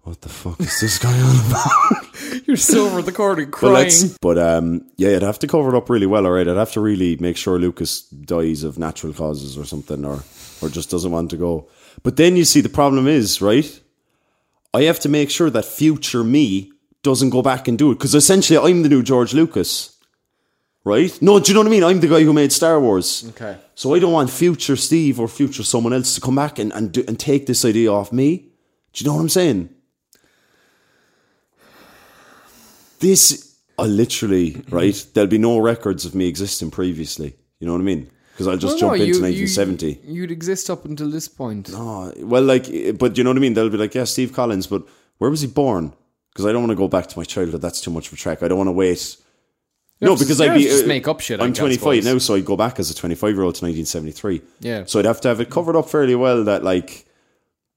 B: "What the fuck is this guy on about?"
A: You're still over the corner
B: But
A: crying.
B: let's- But um, yeah, I'd have to cover it up really well. All right, I'd have to really make sure Lucas dies of natural causes or something, or or just doesn't want to go. But then you see, the problem is right. I have to make sure that future me doesn't go back and do it because essentially I'm the new George Lucas, right? No, do you know what I mean? I'm the guy who made Star Wars.
A: Okay.
B: So I don't want future Steve or future someone else to come back and and, do, and take this idea off me. Do you know what I'm saying? This I literally right. There'll be no records of me existing previously. You know what I mean? Because I'll just jump
A: No, no,
B: into
A: you-
B: 1970.
A: You, would exist up until this point.
B: Oh, well, like, eh, but you know what I mean? They'll be like, yeah, Steve Collins, but where was he born? Because I don't want to go back to my childhood. That's too much of a track. I don't want to wait. no,
A: just-
B: because
A: you
B: I'd
A: have
B: be.
A: to just
B: eh,
A: make up shit, I
B: I'm
A: guess,
B: 25
A: boys.
B: now, so I'd go back as a 25 year old to 1973.
A: Yeah.
B: So I'd have to have it covered up fairly well that, like,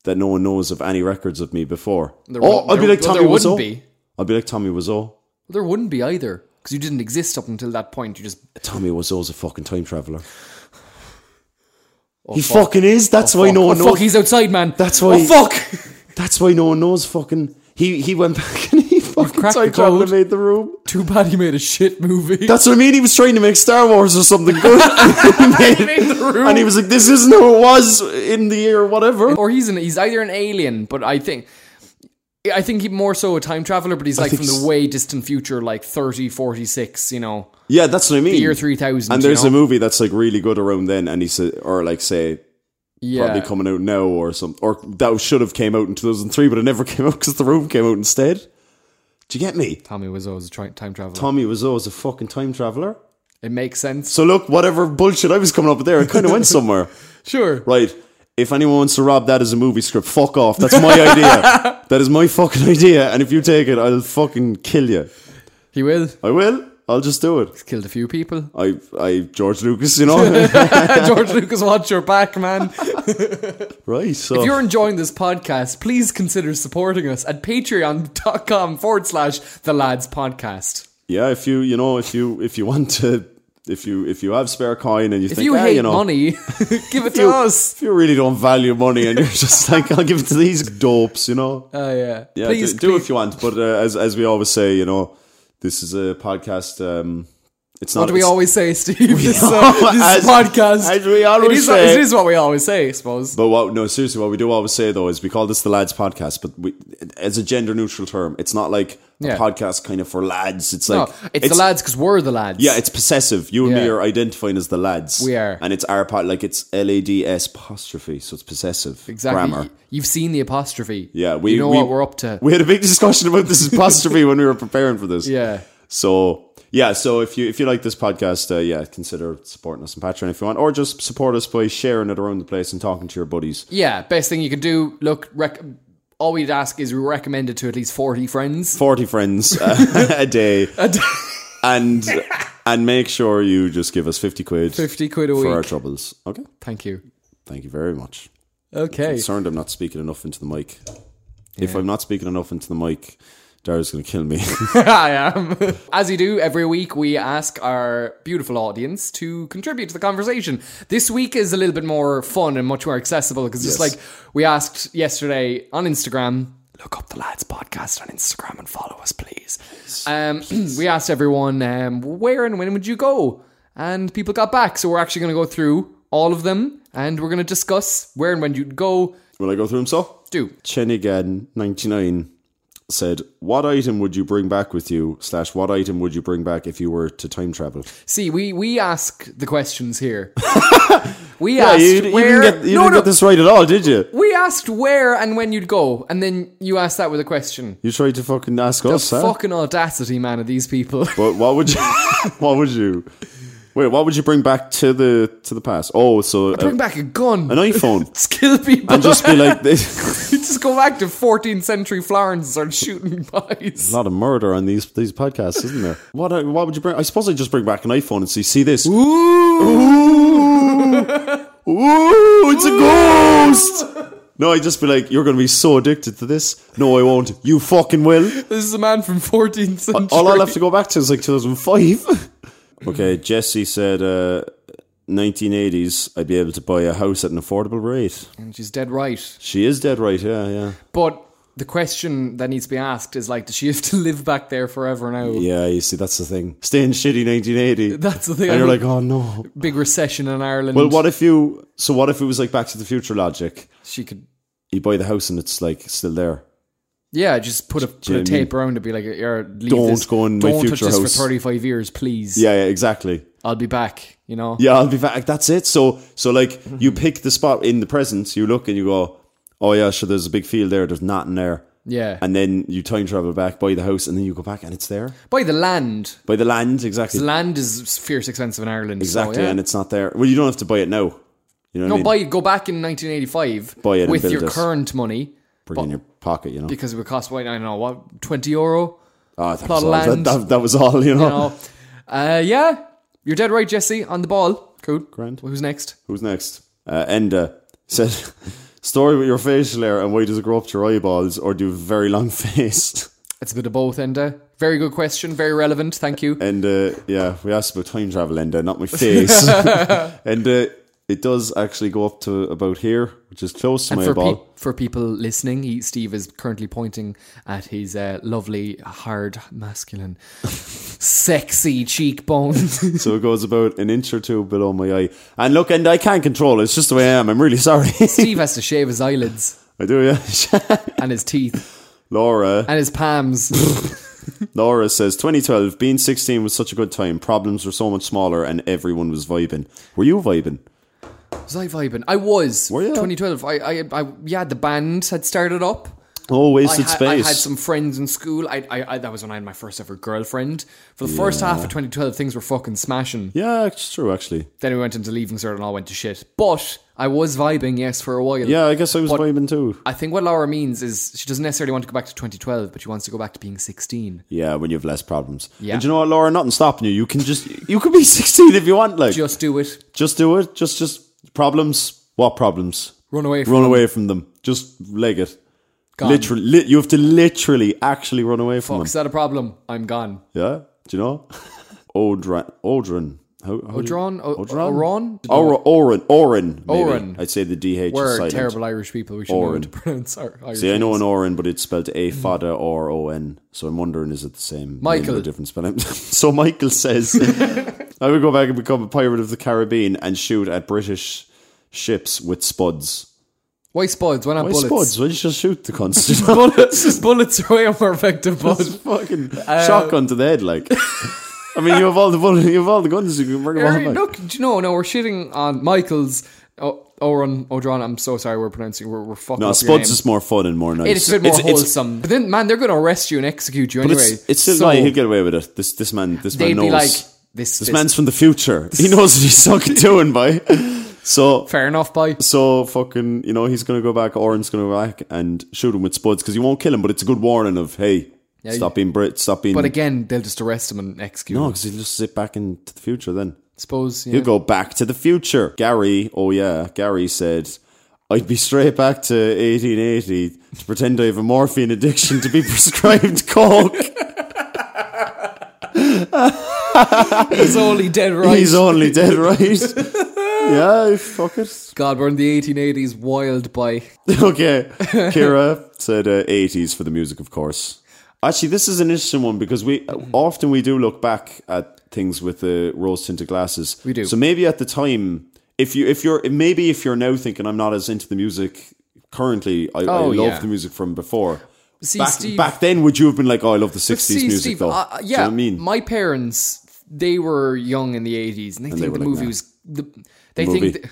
B: that no one knows of any records of me before. oh,
A: wo-
B: I'd be
A: there-
B: like
A: well,
B: Tommy
A: there wouldn't
B: Wiseau.
A: be.
B: I'd be like Tommy Wiseau.
A: There wouldn't be either because you didn't exist up until that point. You just
B: Tommy Wiseau's a fucking time traveler. he
A: Oh, fuck.
B: fucking is. That's why
A: fuck,
B: no one
A: oh,
B: knows.
A: fuck, he's outside, man.
B: That's why-
A: Oh fuck.
B: That's why no one knows fucking. He he went back and he fucking
A: cracked the
B: time traveled and
A: code.
B: made the room.
A: Too bad he made a shit movie.
B: That's what I mean. He was trying to make Star Wars or something good.
A: He made the room.
B: and he was like, "This isn't who it was in the year, whatever."
A: or he's an, he's either an alien, but I think I think he more so a time traveler, but he's like
B: think
A: from the
B: s-
A: way distant future, like 30, 46, you know,
B: Yeah, that's what I mean.
A: year three thousand.
B: Mm. and there's a movie that's like really good around then, and he said, or like say,
A: yeah.
B: probably coming out now or something, or that should have came out in 2003, but it never came out because the room came out instead. Do you get me?
A: Tommy Wiseau is a tri- time traveler.
B: Tommy Wiseau is a fucking time traveler.
A: it makes sense.
B: So look, whatever bullshit I was coming up with there, it kind of went somewhere.
A: Sure.
B: Right. If anyone wants to rob that as a movie script, fuck off. That's my idea. that is my fucking idea. And if you take it, I'll fucking kill you.
A: He will.
B: I will. I'll just do it.
A: Killed a few people.
B: I, I, George Lucas, you know.
A: George Lucas, watch your back, man.
B: right. So
A: If you're enjoying this podcast, please consider supporting us at patreon.com forward slash the lads podcast.
B: yeah, if you, you know, if you, if you want to, if you, if you have spare coin and you
A: If
B: think,
A: you
B: "Ah,
A: hate
B: you know,
A: money, give it
B: if you,
A: to us.
B: if you really don't value money and you're just like, I'll give it to these dopes, you know.
A: Oh, yeah.
B: Yeah,
A: please,
B: do, do
A: please.
B: if you want. But uh, as as we always say, you know, this is a podcast. Um, it's not.
A: What do we
B: it's-
A: always say, Steve? this uh, this
B: As-
A: podcast.
B: as we
A: it
B: always
A: is,
B: say.
A: It is what we always say, I suppose.
B: But what, no, seriously, what we do always say though is we call this the lads podcast, but we, as a gender neutral term, it's not like
A: Yeah.
B: a podcast kind of for lads. It's
A: No,
B: like
A: it's, the lads because we're the lads.
B: Yeah, it's possessive. You and me
A: Yeah.
B: are identifying as the lads.
A: We are.
B: and it's our part. Like it's L A D S apostrophe, so it's possessive.
A: exactly.
B: Grammar.
A: You've seen the apostrophe.
B: Yeah, we
A: you know
B: we,
A: what we're up to.
B: We had a big discussion about this apostrophe when we were preparing for this.
A: yeah,
B: So yeah, so if you if you like this podcast, uh, yeah, consider supporting us on Patreon if you want, or just support us by sharing it around the place and talking to your buddies.
A: yeah. Best thing you can do. Look, rec- all we'd ask is we recommend it to at least forty friends.
B: Forty friends uh, a day, and and make sure you just give us fifty quid,
A: Fifty quid a
B: for
A: week.
B: our troubles. Okay,
A: Thank you.
B: thank you very much.
A: Okay.
B: Concerned I'm not speaking enough into the mic. If I'm not speaking enough into the mic, Dara's gonna kill me.
A: I am. As you do every week, we ask our beautiful audience to contribute to the conversation. This week is a little bit more fun and much more accessible because just
B: Yes.
A: like we asked yesterday on Instagram, look up the lads podcast on Instagram and follow us, please. Um, we asked everyone um, where and when would you go, and people got back. So we're actually going to go through all of them and we're going to discuss where and when you'd go.
B: Will I go through them so?
A: Do
B: Chenigan ninety nine said, "What item would you bring back with you? Slash, what item would you bring back if you were to time travel?"
A: See, we we ask the questions here. we
B: Yeah,
A: asked
B: you, you
A: where.
B: didn't, get, you
A: no,
B: didn't
A: no.
B: get this right at all, did you?
A: We asked where and when you'd go, and then you asked that with a question.
B: You tried to fucking ask us, huh?
A: Fucking audacity, man, of these people.
B: But what would you? what would you? Wait, what would you bring back to the to the past? Oh, so uh,
A: Bring back a gun.
B: an iPhone,
A: Just kill people.
B: and just be like, there's
A: Just go back to 14th century Florence and start shooting guys.
B: a lot of murder on these these podcasts, isn't there? What I- what would you bring? I suppose I would just bring back an iPhone and see see this. Ooh, it's a ghost. No, I'd just be like, you're going to be so addicted to this. No, I won't. You fucking will.
A: This is a man from 14th century.
B: All I'll have to go back to is like 2005. okay, Jesse said uh, 1980s, I'd be able to buy a house at an affordable rate.
A: And she's dead right.
B: She is dead right, yeah, yeah.
A: But the question that needs to be asked is like, does she have to live back there forever now?
B: Yeah, you see, that's the thing. Staying shitty 1980.
A: That's the thing.
B: And
A: I
B: you're
A: mean,
B: like, oh no.
A: big recession in Ireland.
B: Well, what if you. So, what if it was like Back to the Future logic?
A: She could.
B: You buy the house and it's like still there.
A: Yeah, just put a, put
B: you know
A: a
B: what I mean?
A: tape around it. Be like, "Yeah, leave
B: Don't
A: this.
B: go in my
A: Don't touch
B: future
A: this
B: house."
A: for thirty five years, please.
B: Yeah, yeah, exactly.
A: I'll be back. You know.
B: Yeah, I'll be back. That's it. So, so like you
A: Mhm.
B: pick the spot in the present, you look and you go, oh yeah, sure. There's a big field there. There's nothing there.
A: Yeah.
B: And then you time travel back, buy the house, and then you go back and it's there.
A: By the land,
B: Buy the land, exactly,
A: the land is fierce expensive in Ireland.
B: exactly,
A: So, yeah.
B: and it's not there. Well, you don't have to buy it now. You know what I
A: no,
B: mean?
A: buy go back in 1985
B: Buy it and
A: with
B: build
A: your
B: it.
A: current money
B: Put it in your pocket, you know.
A: because it would cost what I don't know what twenty euro.
B: Ah, that,
A: plot of
B: was all, that,
A: land.
B: that, that was all, you know.
A: You know, uh, yeah, you're dead right, Jesse. On the ball, cool.
B: Grand.
A: Who's next?
B: Who's next? Uh, Enda said, story with your facial hair and why does it grow up to your eyeballs or do you have a very long face?
A: It's a bit of both, Enda. Very good question. Very relevant. Thank you.
B: And uh, yeah, we asked about time travel, Enda, not my face. and uh, it does actually go up to about here, which is close to my
A: for,
B: eyeball.
A: pe- for people listening, he, Steve is currently pointing at his uh, lovely, hard, masculine, sexy cheekbones.
B: so it goes about an inch or two below my eye. And look, and I can't control it. It's just the way I am. I'm really sorry.
A: Steve has to shave his eyelids
B: I do, yeah.
A: and his teeth
B: Laura,
A: and his palms.
B: Laura says, 2012, being 16 was such a good time. Problems were so much smaller and everyone was vibing. Were you vibing?
A: was I vibing? I was.
B: Were you?
A: 2012. I, I, I, yeah, the band had started up.
B: Oh,
A: I,
B: wasted
A: had- I
B: space.
A: had some friends in school. I, I, I, that was when I had my first ever girlfriend. For the first half of 2012, things were fucking smashing.
B: Yeah, it's true, actually.
A: Then we went into leaving cert and all went to shit. But I was vibing, yes, for a while.
B: Yeah, I guess I was vibing too.
A: I think what Laura means is she doesn't necessarily want to go back to 2012, but she wants to go back to being 16.
B: Yeah, when you have less problems.
A: Yeah.
B: And you know what, Laura? Nothing stopping you. You can just you could be sixteen if you want. Like, just,
A: Just do it.
B: do it. Just just problems. What problems?
A: Run away from
B: Run away from them. Just leg it.
A: Gone.
B: Literally, li- you have to literally actually run away from
A: Fuck, is that a problem? I'm gone.
B: them. Yeah. Do you know? Odran. Odran. How, how do you-
A: Odron? O-
B: Odran?
A: Oron?
B: Or- Oran. Oran. maybe.
A: Oran.
B: I'd say the DH is
A: We're
B: Oh, silent.
A: terrible Irish people. We should know
B: Oran.
A: how to pronounce our Irish
B: See, I know
A: names.
B: an Oren, but it's spelled A Fada or O N. So I'm wondering, is it the same? name
A: Michael.
B: or different spelling. so Michael says, "I would go back and become a pirate of the Caribbean and shoot at British ships with spuds.
A: Why spuds? Why not
B: Why
A: bullets?
B: spuds? Why don't you just shoot the constant bullets?
A: bullets are way more effective. Bud.
B: fucking
A: Uh,
B: shotgun to the head, like." I mean, you have all the bullets, you have all the guns. You can bring them all
A: Harry,
B: back.
A: Look, do you know, no, we're shitting on Michael's o- Oran Odron. I'm so sorry we're pronouncing, we're, we're fucking
B: no,
A: up your name.
B: Uh, spuds is more fun and more nice.
A: It's a bit more
B: it's-
A: wholesome. but then, man, they're going to arrest you and execute you anyway.
B: It's, it's still
A: so
B: like he'll get away with it. This this man this
A: They'd
B: man knows.
A: be like, this,
B: This
A: this-
B: man's from the future. He knows what he's fucking doing, boy. So,
A: fair enough, boy.
B: so fucking, you know, he's going to go back, Oren's going to go back and shoot him with spuds because you won't kill him, but it's a good warning of, hey, stop being Brit, stop being.
A: But again, they'll just arrest him and execute
B: Mm. no,
A: him.
B: because he'll just sit back into the future then.
A: Suppose. Yeah.
B: He'll go back to the future. Gary, oh yeah, Gary said, I'd be straight back to 1880 to pretend I have a morphine addiction to be prescribed coke.
A: He's only dead right.
B: He's only dead right. yeah, fuck it.
A: God, we're in the 1880s, wild by.
B: okay. Kira said uh, 80s for the music, of course. Actually, this is an interesting one because we uh, often we do look back at things with the rose tinted glasses. We
A: do.
B: So maybe at the time, if you if you're maybe if you're now thinking I'm not as into the music currently, I, I
A: Oh,
B: love
A: yeah.
B: the music from before.
A: See,
B: back,
A: Steve-
B: back then, would you have been like, oh, I love the 60s
A: See,
B: music,
A: Steve,
B: though?
A: uh,
B: Do you know
A: yeah,
B: what I mean?
A: my parents, they were young in the 80s, and they think the
B: were like,
A: movie
B: nah.
A: was. The, they
B: movie.
A: think.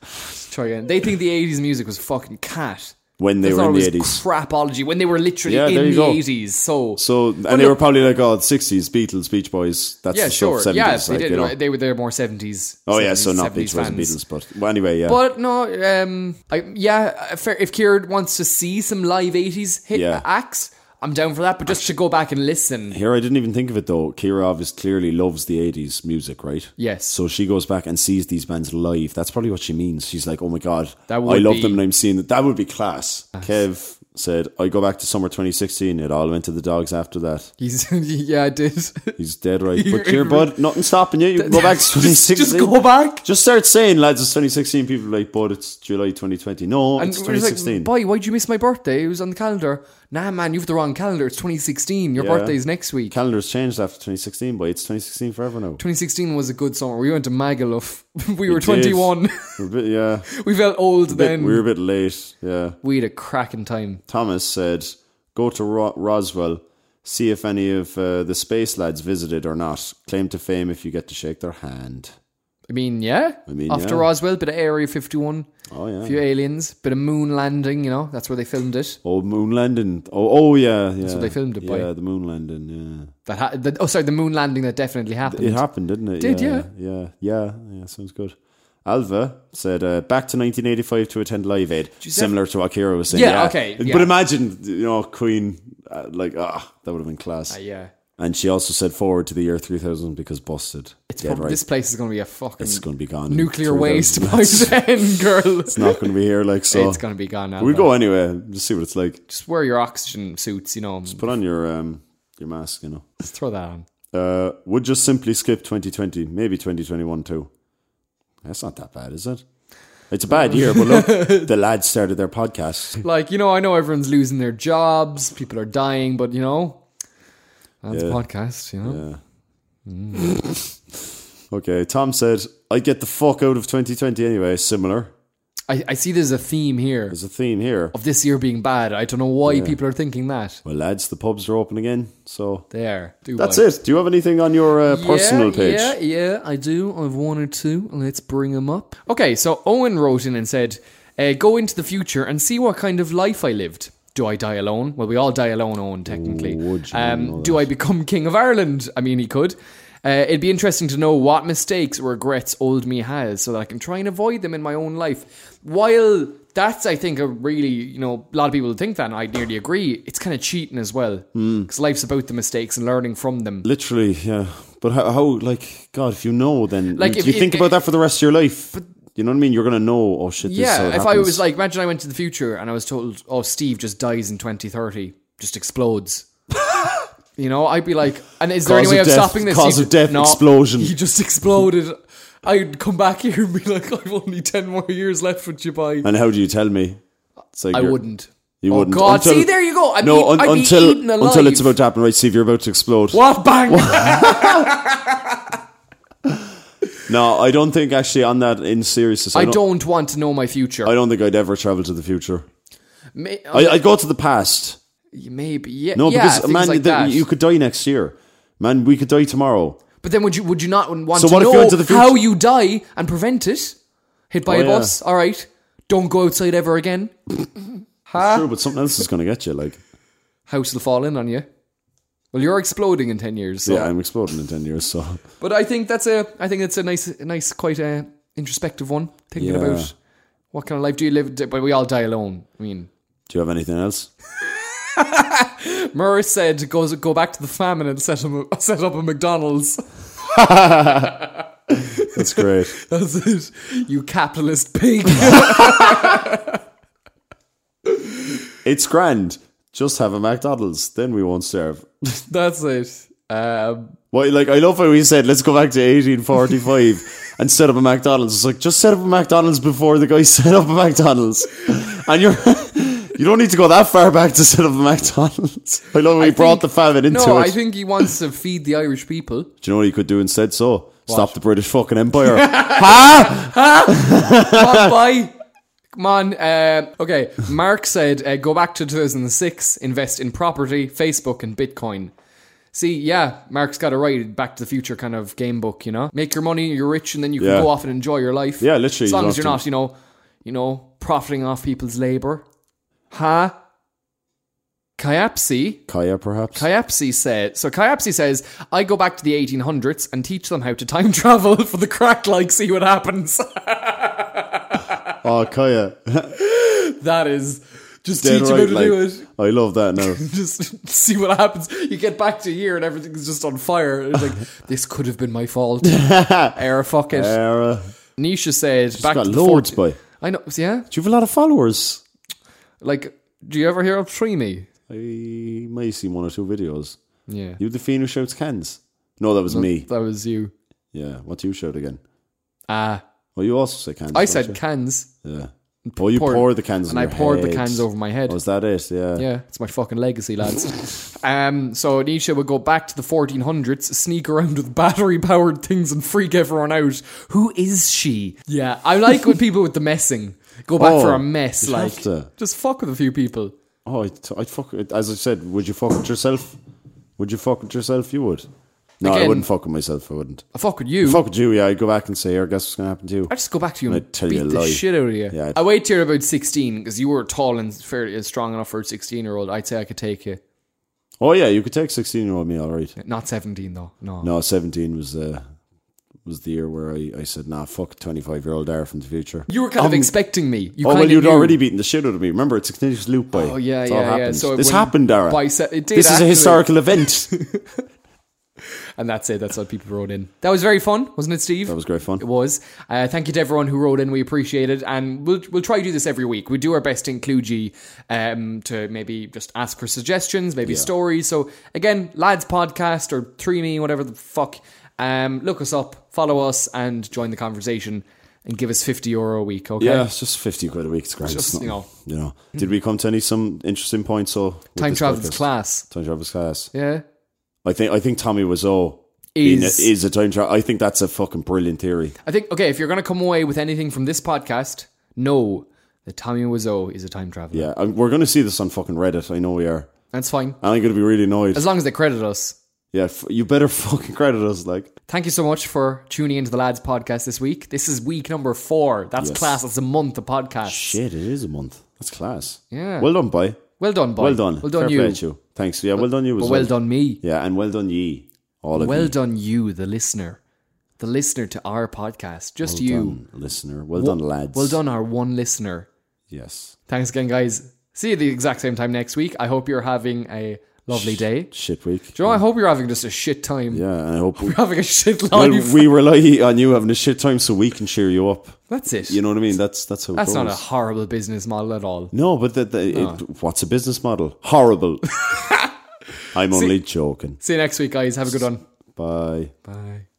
A: The, try again. They think the 80s music was fucking cat.
B: When they
A: They
B: were
A: thought
B: in the
A: it
B: 80s.
A: was crapology when they were literally
B: Yeah, there
A: in the
B: you go.
A: 80s. So,
B: so, and they were probably like, oh, the 60s, Beatles, Beach Boys, that's
A: yeah,
B: the stuff,
A: sure.
B: 70s.
A: yeah, they
B: like,
A: did.
B: you know.
A: They were they were more 70s.
B: Oh yeah, so
A: 70s,
B: not Beach
A: 70s
B: Boys and
A: fans.
B: Beatles, but well, anyway, yeah,
A: But no, um, I, yeah, if, if Kieran wants to see some live 80s hit
B: Yeah.
A: acts, I'm down for that, but just to go back and listen.
B: Here, I didn't even think of it though. Kira obviously clearly loves the 80s music, right?
A: Yes.
B: So she goes back and sees these bands live. That's probably what she means. She's like, oh my God,
A: That
B: I
A: would
B: love
A: be-
B: them and I'm seeing that. That would be class. Kev said, I go back to summer 2016. It all went to the dogs after that.
A: He's, yeah, I did.
B: He's dead right. But here, bud, nothing stopping you. You can go back to
A: just,
B: 2016.
A: just go back.
B: Just start saying, lads, it's 2016. People are like, but it's July 2020. No,
A: And
B: it's
A: we're just
B: 2016.
A: like, boy, why'd you miss my birthday? It was on the calendar. Nah, man, you've the wrong calendar. It's 2016. Your
B: Yeah.
A: birthday's next week.
B: Calendar's changed after 2016, but it's 2016 forever now.
A: 2016 was a good summer. We went to Magaluf. we were
B: did.
A: 21.
B: We're a bit, yeah.
A: we felt old
B: bit-
A: then.
B: we were a bit late. Yeah.
A: We had a cracking time.
B: Thomas said, Go to Ro- Roswell, see if any of uh, the space lads visited or not. Claim to fame if you get to shake their hand.
A: I mean, yeah.
B: I mean,
A: after
B: yeah.
A: Roswell, bit of Area 51,
B: Oh yeah.
A: a few aliens, bit of moon landing. You know, that's where they filmed it.
B: Oh, moon landing. Oh, oh yeah, yeah. That's
A: what they filmed it
B: yeah,
A: by.
B: the moon landing. Yeah,
A: That ha- the, oh, sorry, the moon landing that definitely happened.
B: it happened, didn't it?
A: Did,
B: yeah, yeah, yeah, yeah. Sounds good. Alva said, uh, "Back to 1985 to attend Live Aid." Similar to what Kira was saying.
A: Yeah, okay, yeah.
B: But imagine, you know, Queen, uh, like ah, that would have been class.
A: Uh, yeah,
B: and she also said, "Forward to the year 3000 because busted."
A: it's
B: Dead
A: prob-
B: right.
A: this place is going to be a fucking
B: it's going to be gone. in
A: nuclear
B: 3000.
A: waste by then, girl. It's,
B: It's not going to be here. Like so,
A: going to be gone. Now,
B: we go anyway. Just see what it's like.
A: Just wear your oxygen suits. You know,
B: Put on your um your mask. You know.
A: just throw that on.
B: Uh, would just simply skip 2020, maybe 2021 too. That's not that bad, is it? It's a bad year, but look, the lads started their podcast.
A: Like you know, I know everyone's losing their jobs, people are dying, but you know, that's a
B: Yeah.
A: podcast. You know,
B: Yeah. okay, Tom said, I get the fuck out of 2020 anyway. Similar.
A: I, I see there's a theme here
B: There's a theme here.
A: of this year being bad. I don't know why people are thinking that.
B: Well, lads, the pubs are open again, so
A: There, do
B: that's
A: one.
B: it. Do you have anything on your uh, personal
A: yeah,
B: page?
A: Yeah, yeah, I do. I've one or two. Let's bring them up. Okay, so Owen wrote in and said, uh, "Go into the future and see what kind of life I lived. Do I die alone? Well, we all die alone, Owen. Technically,
B: would you know
A: um, do I become king of Ireland? I mean, he could." Uh, it'd be interesting to know what mistakes or regrets old me has so that I can try and avoid them in my own life. While that's, I think, a really, you know, a lot of people think that, and I nearly agree, it's kind of cheating as well.
B: Hmm.
A: Because life's about the mistakes and learning from them.
B: Literally, yeah. But how, how, like, God, if you know, then
A: Like,
B: you,
A: if-
B: you
A: if-
B: think about that for the rest of your life. you know what I mean? You're gonna know. Oh shit! This is how
A: Yeah,
B: it
A: if I
B: happens.
A: was like, imagine I went to the future and I was told, oh, Steve just dies in 2030, just explodes. you know, I'd be like, and is there
B: Cause
A: any way
B: of
A: of
B: death-
A: stopping this?
B: cause
A: He-
B: of death, explosion.
A: He just exploded. I'd come back here and be like, I've only 10 more years left with you, by.
B: And how do you tell me? It's like
A: I
B: you're-
A: wouldn't.
B: You
A: Oh,
B: wouldn't.
A: God. See, there you go. I'd
B: no,
A: be- I'd be
B: until
A: eaten alive.
B: until it's about to happen. Right, Steve, you're about to explode.
A: What? Bang!
B: No, I don't think actually on that. In seriousness, I,
A: I
B: don't,
A: don't want to know my future.
B: I don't think I'd ever travel to the future.
A: May- uh,
B: I, I'd go to the past.
A: Maybe, yeah.
B: No,
A: yeah,
B: because
A: things
B: man,
A: like
B: the-
A: that.
B: you could die next year. Man, we could die tomorrow.
A: But then would you would you not want
B: So
A: to
B: what if
A: know
B: you went to the future-
A: how you die and prevent it? Hit by
B: Oh,
A: a
B: yeah.
A: bus. All right. Don't go outside ever again.
B: Sure, but something else is going to get you. Like,
A: House will fall in on you. Well, you're exploding in ten years. So.
B: yeah, I'm exploding in ten years. So
A: But I think that's a I think that's a nice a nice quite uh introspective one. Thinking
B: Yeah.
A: about what kind of life do you live? But we all die alone. I mean,
B: do you have anything else?
A: Murray said go go back to the famine and set him a, set up a McDonald's.
B: That's great.
A: That's it. You capitalist pig.
B: it's grand. Just have a McDonald's, then we won't starve.
A: that's it. Um,
B: Well, like I love how he said, "Let's go back to 1845 and set up a McDonald's." It's like just set up a McDonald's before the guy set up a McDonald's, and you're you don't need to go that far back to set up a McDonald's. I love how he brought the
A: think-
B: famine into
A: No,
B: it.
A: I think he wants to feed the Irish people.
B: Do you know what he could do instead? So stop the British fucking empire.
A: Come on, bye. Come on. Uh, okay, Mark said, uh, go back to 2006, invest in property, Facebook, and Bitcoin. See, yeah, Mark's got a right back to the future kind of game book, you know? Make your money, you're rich, and then you can
B: Yeah.
A: go off and enjoy your life.
B: Yeah, literally,
A: As
B: you
A: long
B: don't
A: as you're
B: have
A: not, you know, you know, profiting off people's labor. Huh? Kayapsi
B: Kaya, perhaps.
A: Kayapsi said, so Kayapsi says, I go back to the 1800s and teach them how to time travel for the crack, like, see what happens.
B: Oh, Kaya,
A: that is, just
B: Dead
A: teach
B: right,
A: them how
B: like,
A: to do it.
B: I love that now.
A: Just see what happens. You get back to a year and everything's just on fire. It's like, this could have been my fault. Air, fuck it.
B: Era.
A: Nisha said, back
B: got
A: to the
B: loads,
A: 40
B: boy.
A: I know, yeah?
B: Do you have a lot of followers?
A: Like, do you ever hear of Tree Me?
B: I may see one or two videos.
A: Yeah.
B: You the fiend who shouts cans? No, that was me.
A: That was you.
B: Yeah. What do you shout again?
A: Ah.
B: Well, you also say cans.
A: I
B: don't
A: said
B: you?
A: cans.
B: Yeah. Oh, you
A: poured-
B: pour, the cans,
A: And
B: on
A: I
B: your
A: poured the
B: head.
A: cans over my head.
B: Was that it? Yeah.
A: Yeah, it's my fucking legacy, lads. um, so Nisha would go back to the 1400s, sneak around with battery powered things, and freak everyone out. Who is she? Yeah, I like with people with the messing. Go back
B: Oh,
A: for a mess,
B: you
A: like
B: have to.
A: just fuck with a few people.
B: Oh, I'd, I'd fuck. As I said, would you fuck with yourself? Would you fuck with yourself? You would. No, I
A: Again-
B: wouldn't fuck with myself. I wouldn't.
A: I fuck with you.
B: Fuck with you, yeah. I'd go back and say, here, guess what's going to happen to you?
A: I just go back to you and
B: I'd tell
A: beat
B: you a
A: the
B: lie.
A: shit out of you.
B: Yeah, I'd-
A: I wait till you're about 16 because you were tall and fairly uh, strong enough for a 16 year old. I'd say I could take you.
B: Oh, yeah, you could take 16 year old me, all right.
A: Not 17 though. No.
B: No, 17 was uh, was the year where I, I said, nah, fuck 25 year old Dara from the future.
A: You were kind of expecting me. You
B: Um, oh,
A: kind
B: well,
A: of
B: you'd
A: knew.
B: already beaten the shit out of me. Remember, it's a continuous loop by.
A: Oh yeah,
B: it's all
A: yeah, yeah.
B: happened.
A: So
B: this
A: when-
B: happened, Dara.
A: by se- it did
B: this is a
A: actually.
B: historical event. that
A: And that's it. That's what people wrote in. That was very fun, wasn't it, Steve?
B: was great fun.
A: It was. Uh, thank you to everyone who wrote in. We appreciate it, and we'll we'll try to do this every week. We do our best to include you um, to maybe just ask for suggestions, maybe stories. So again, lads podcast or three me, whatever the fuck. Um, look us up, follow us, and join the conversation, and give us fifty euro a week. Okay.
B: Yeah, it's just 50 quid a week. It's great.
A: Just,
B: It's not-
A: you know.
B: you know. Did we come to any some interesting points? So with
A: Time
B: this
A: travel's
B: podcast?
A: class.
B: Time travel's class.
A: Yeah.
B: I think I think Tommy Wiseau being a-
A: Is,
B: is a time travel. I think that's a fucking brilliant theory.
A: I think okay. If you're gonna come away with anything from this podcast, know that Tommy Wiseau is a time traveler.
B: Yeah, and we're going to see this on fucking Reddit. I know we are.
A: That's fine,
B: And I'm going to be really annoyed.
A: as long as they credit us.
B: Yeah, f- you better fucking credit us. Like,
A: Thank you so much for tuning into the Lads podcast this week. This is week number four. That's
B: Yes.
A: class. That's a month of podcast.
B: shit, it is a month. That's class.
A: Yeah.
B: Well done, boy.
A: Well done, boy.
B: Well done.
A: Well done,
B: Fair
A: you.
B: play to Thanks. Yeah, well done you as
A: But
B: well.
A: well done, me.
B: Yeah, and well done ye. All of
A: Well
B: you.
A: done, you, the listener. The listener to our podcast. Just you.
B: done, listener. Well done, lads.
A: Well done, our one listener.
B: Yes.
A: Thanks again, guys. See you at the exact same time next week. I hope you're having a lovely day. Do
B: Shit week.
A: you know, I hope you're having just a shit time.
B: Yeah, and I hope we,
A: You're having a shit life.
B: well, we rely on you having a shit time so we can cheer you up.
A: That's it.
B: You know what I mean? That's that's how it
A: That's
B: goes.
A: not a horrible business model at all.
B: no, but the, the, it, what's a business model? Horrible. I'm only joking.
A: See you next week, guys. Have a good one.
B: Bye.
A: Bye.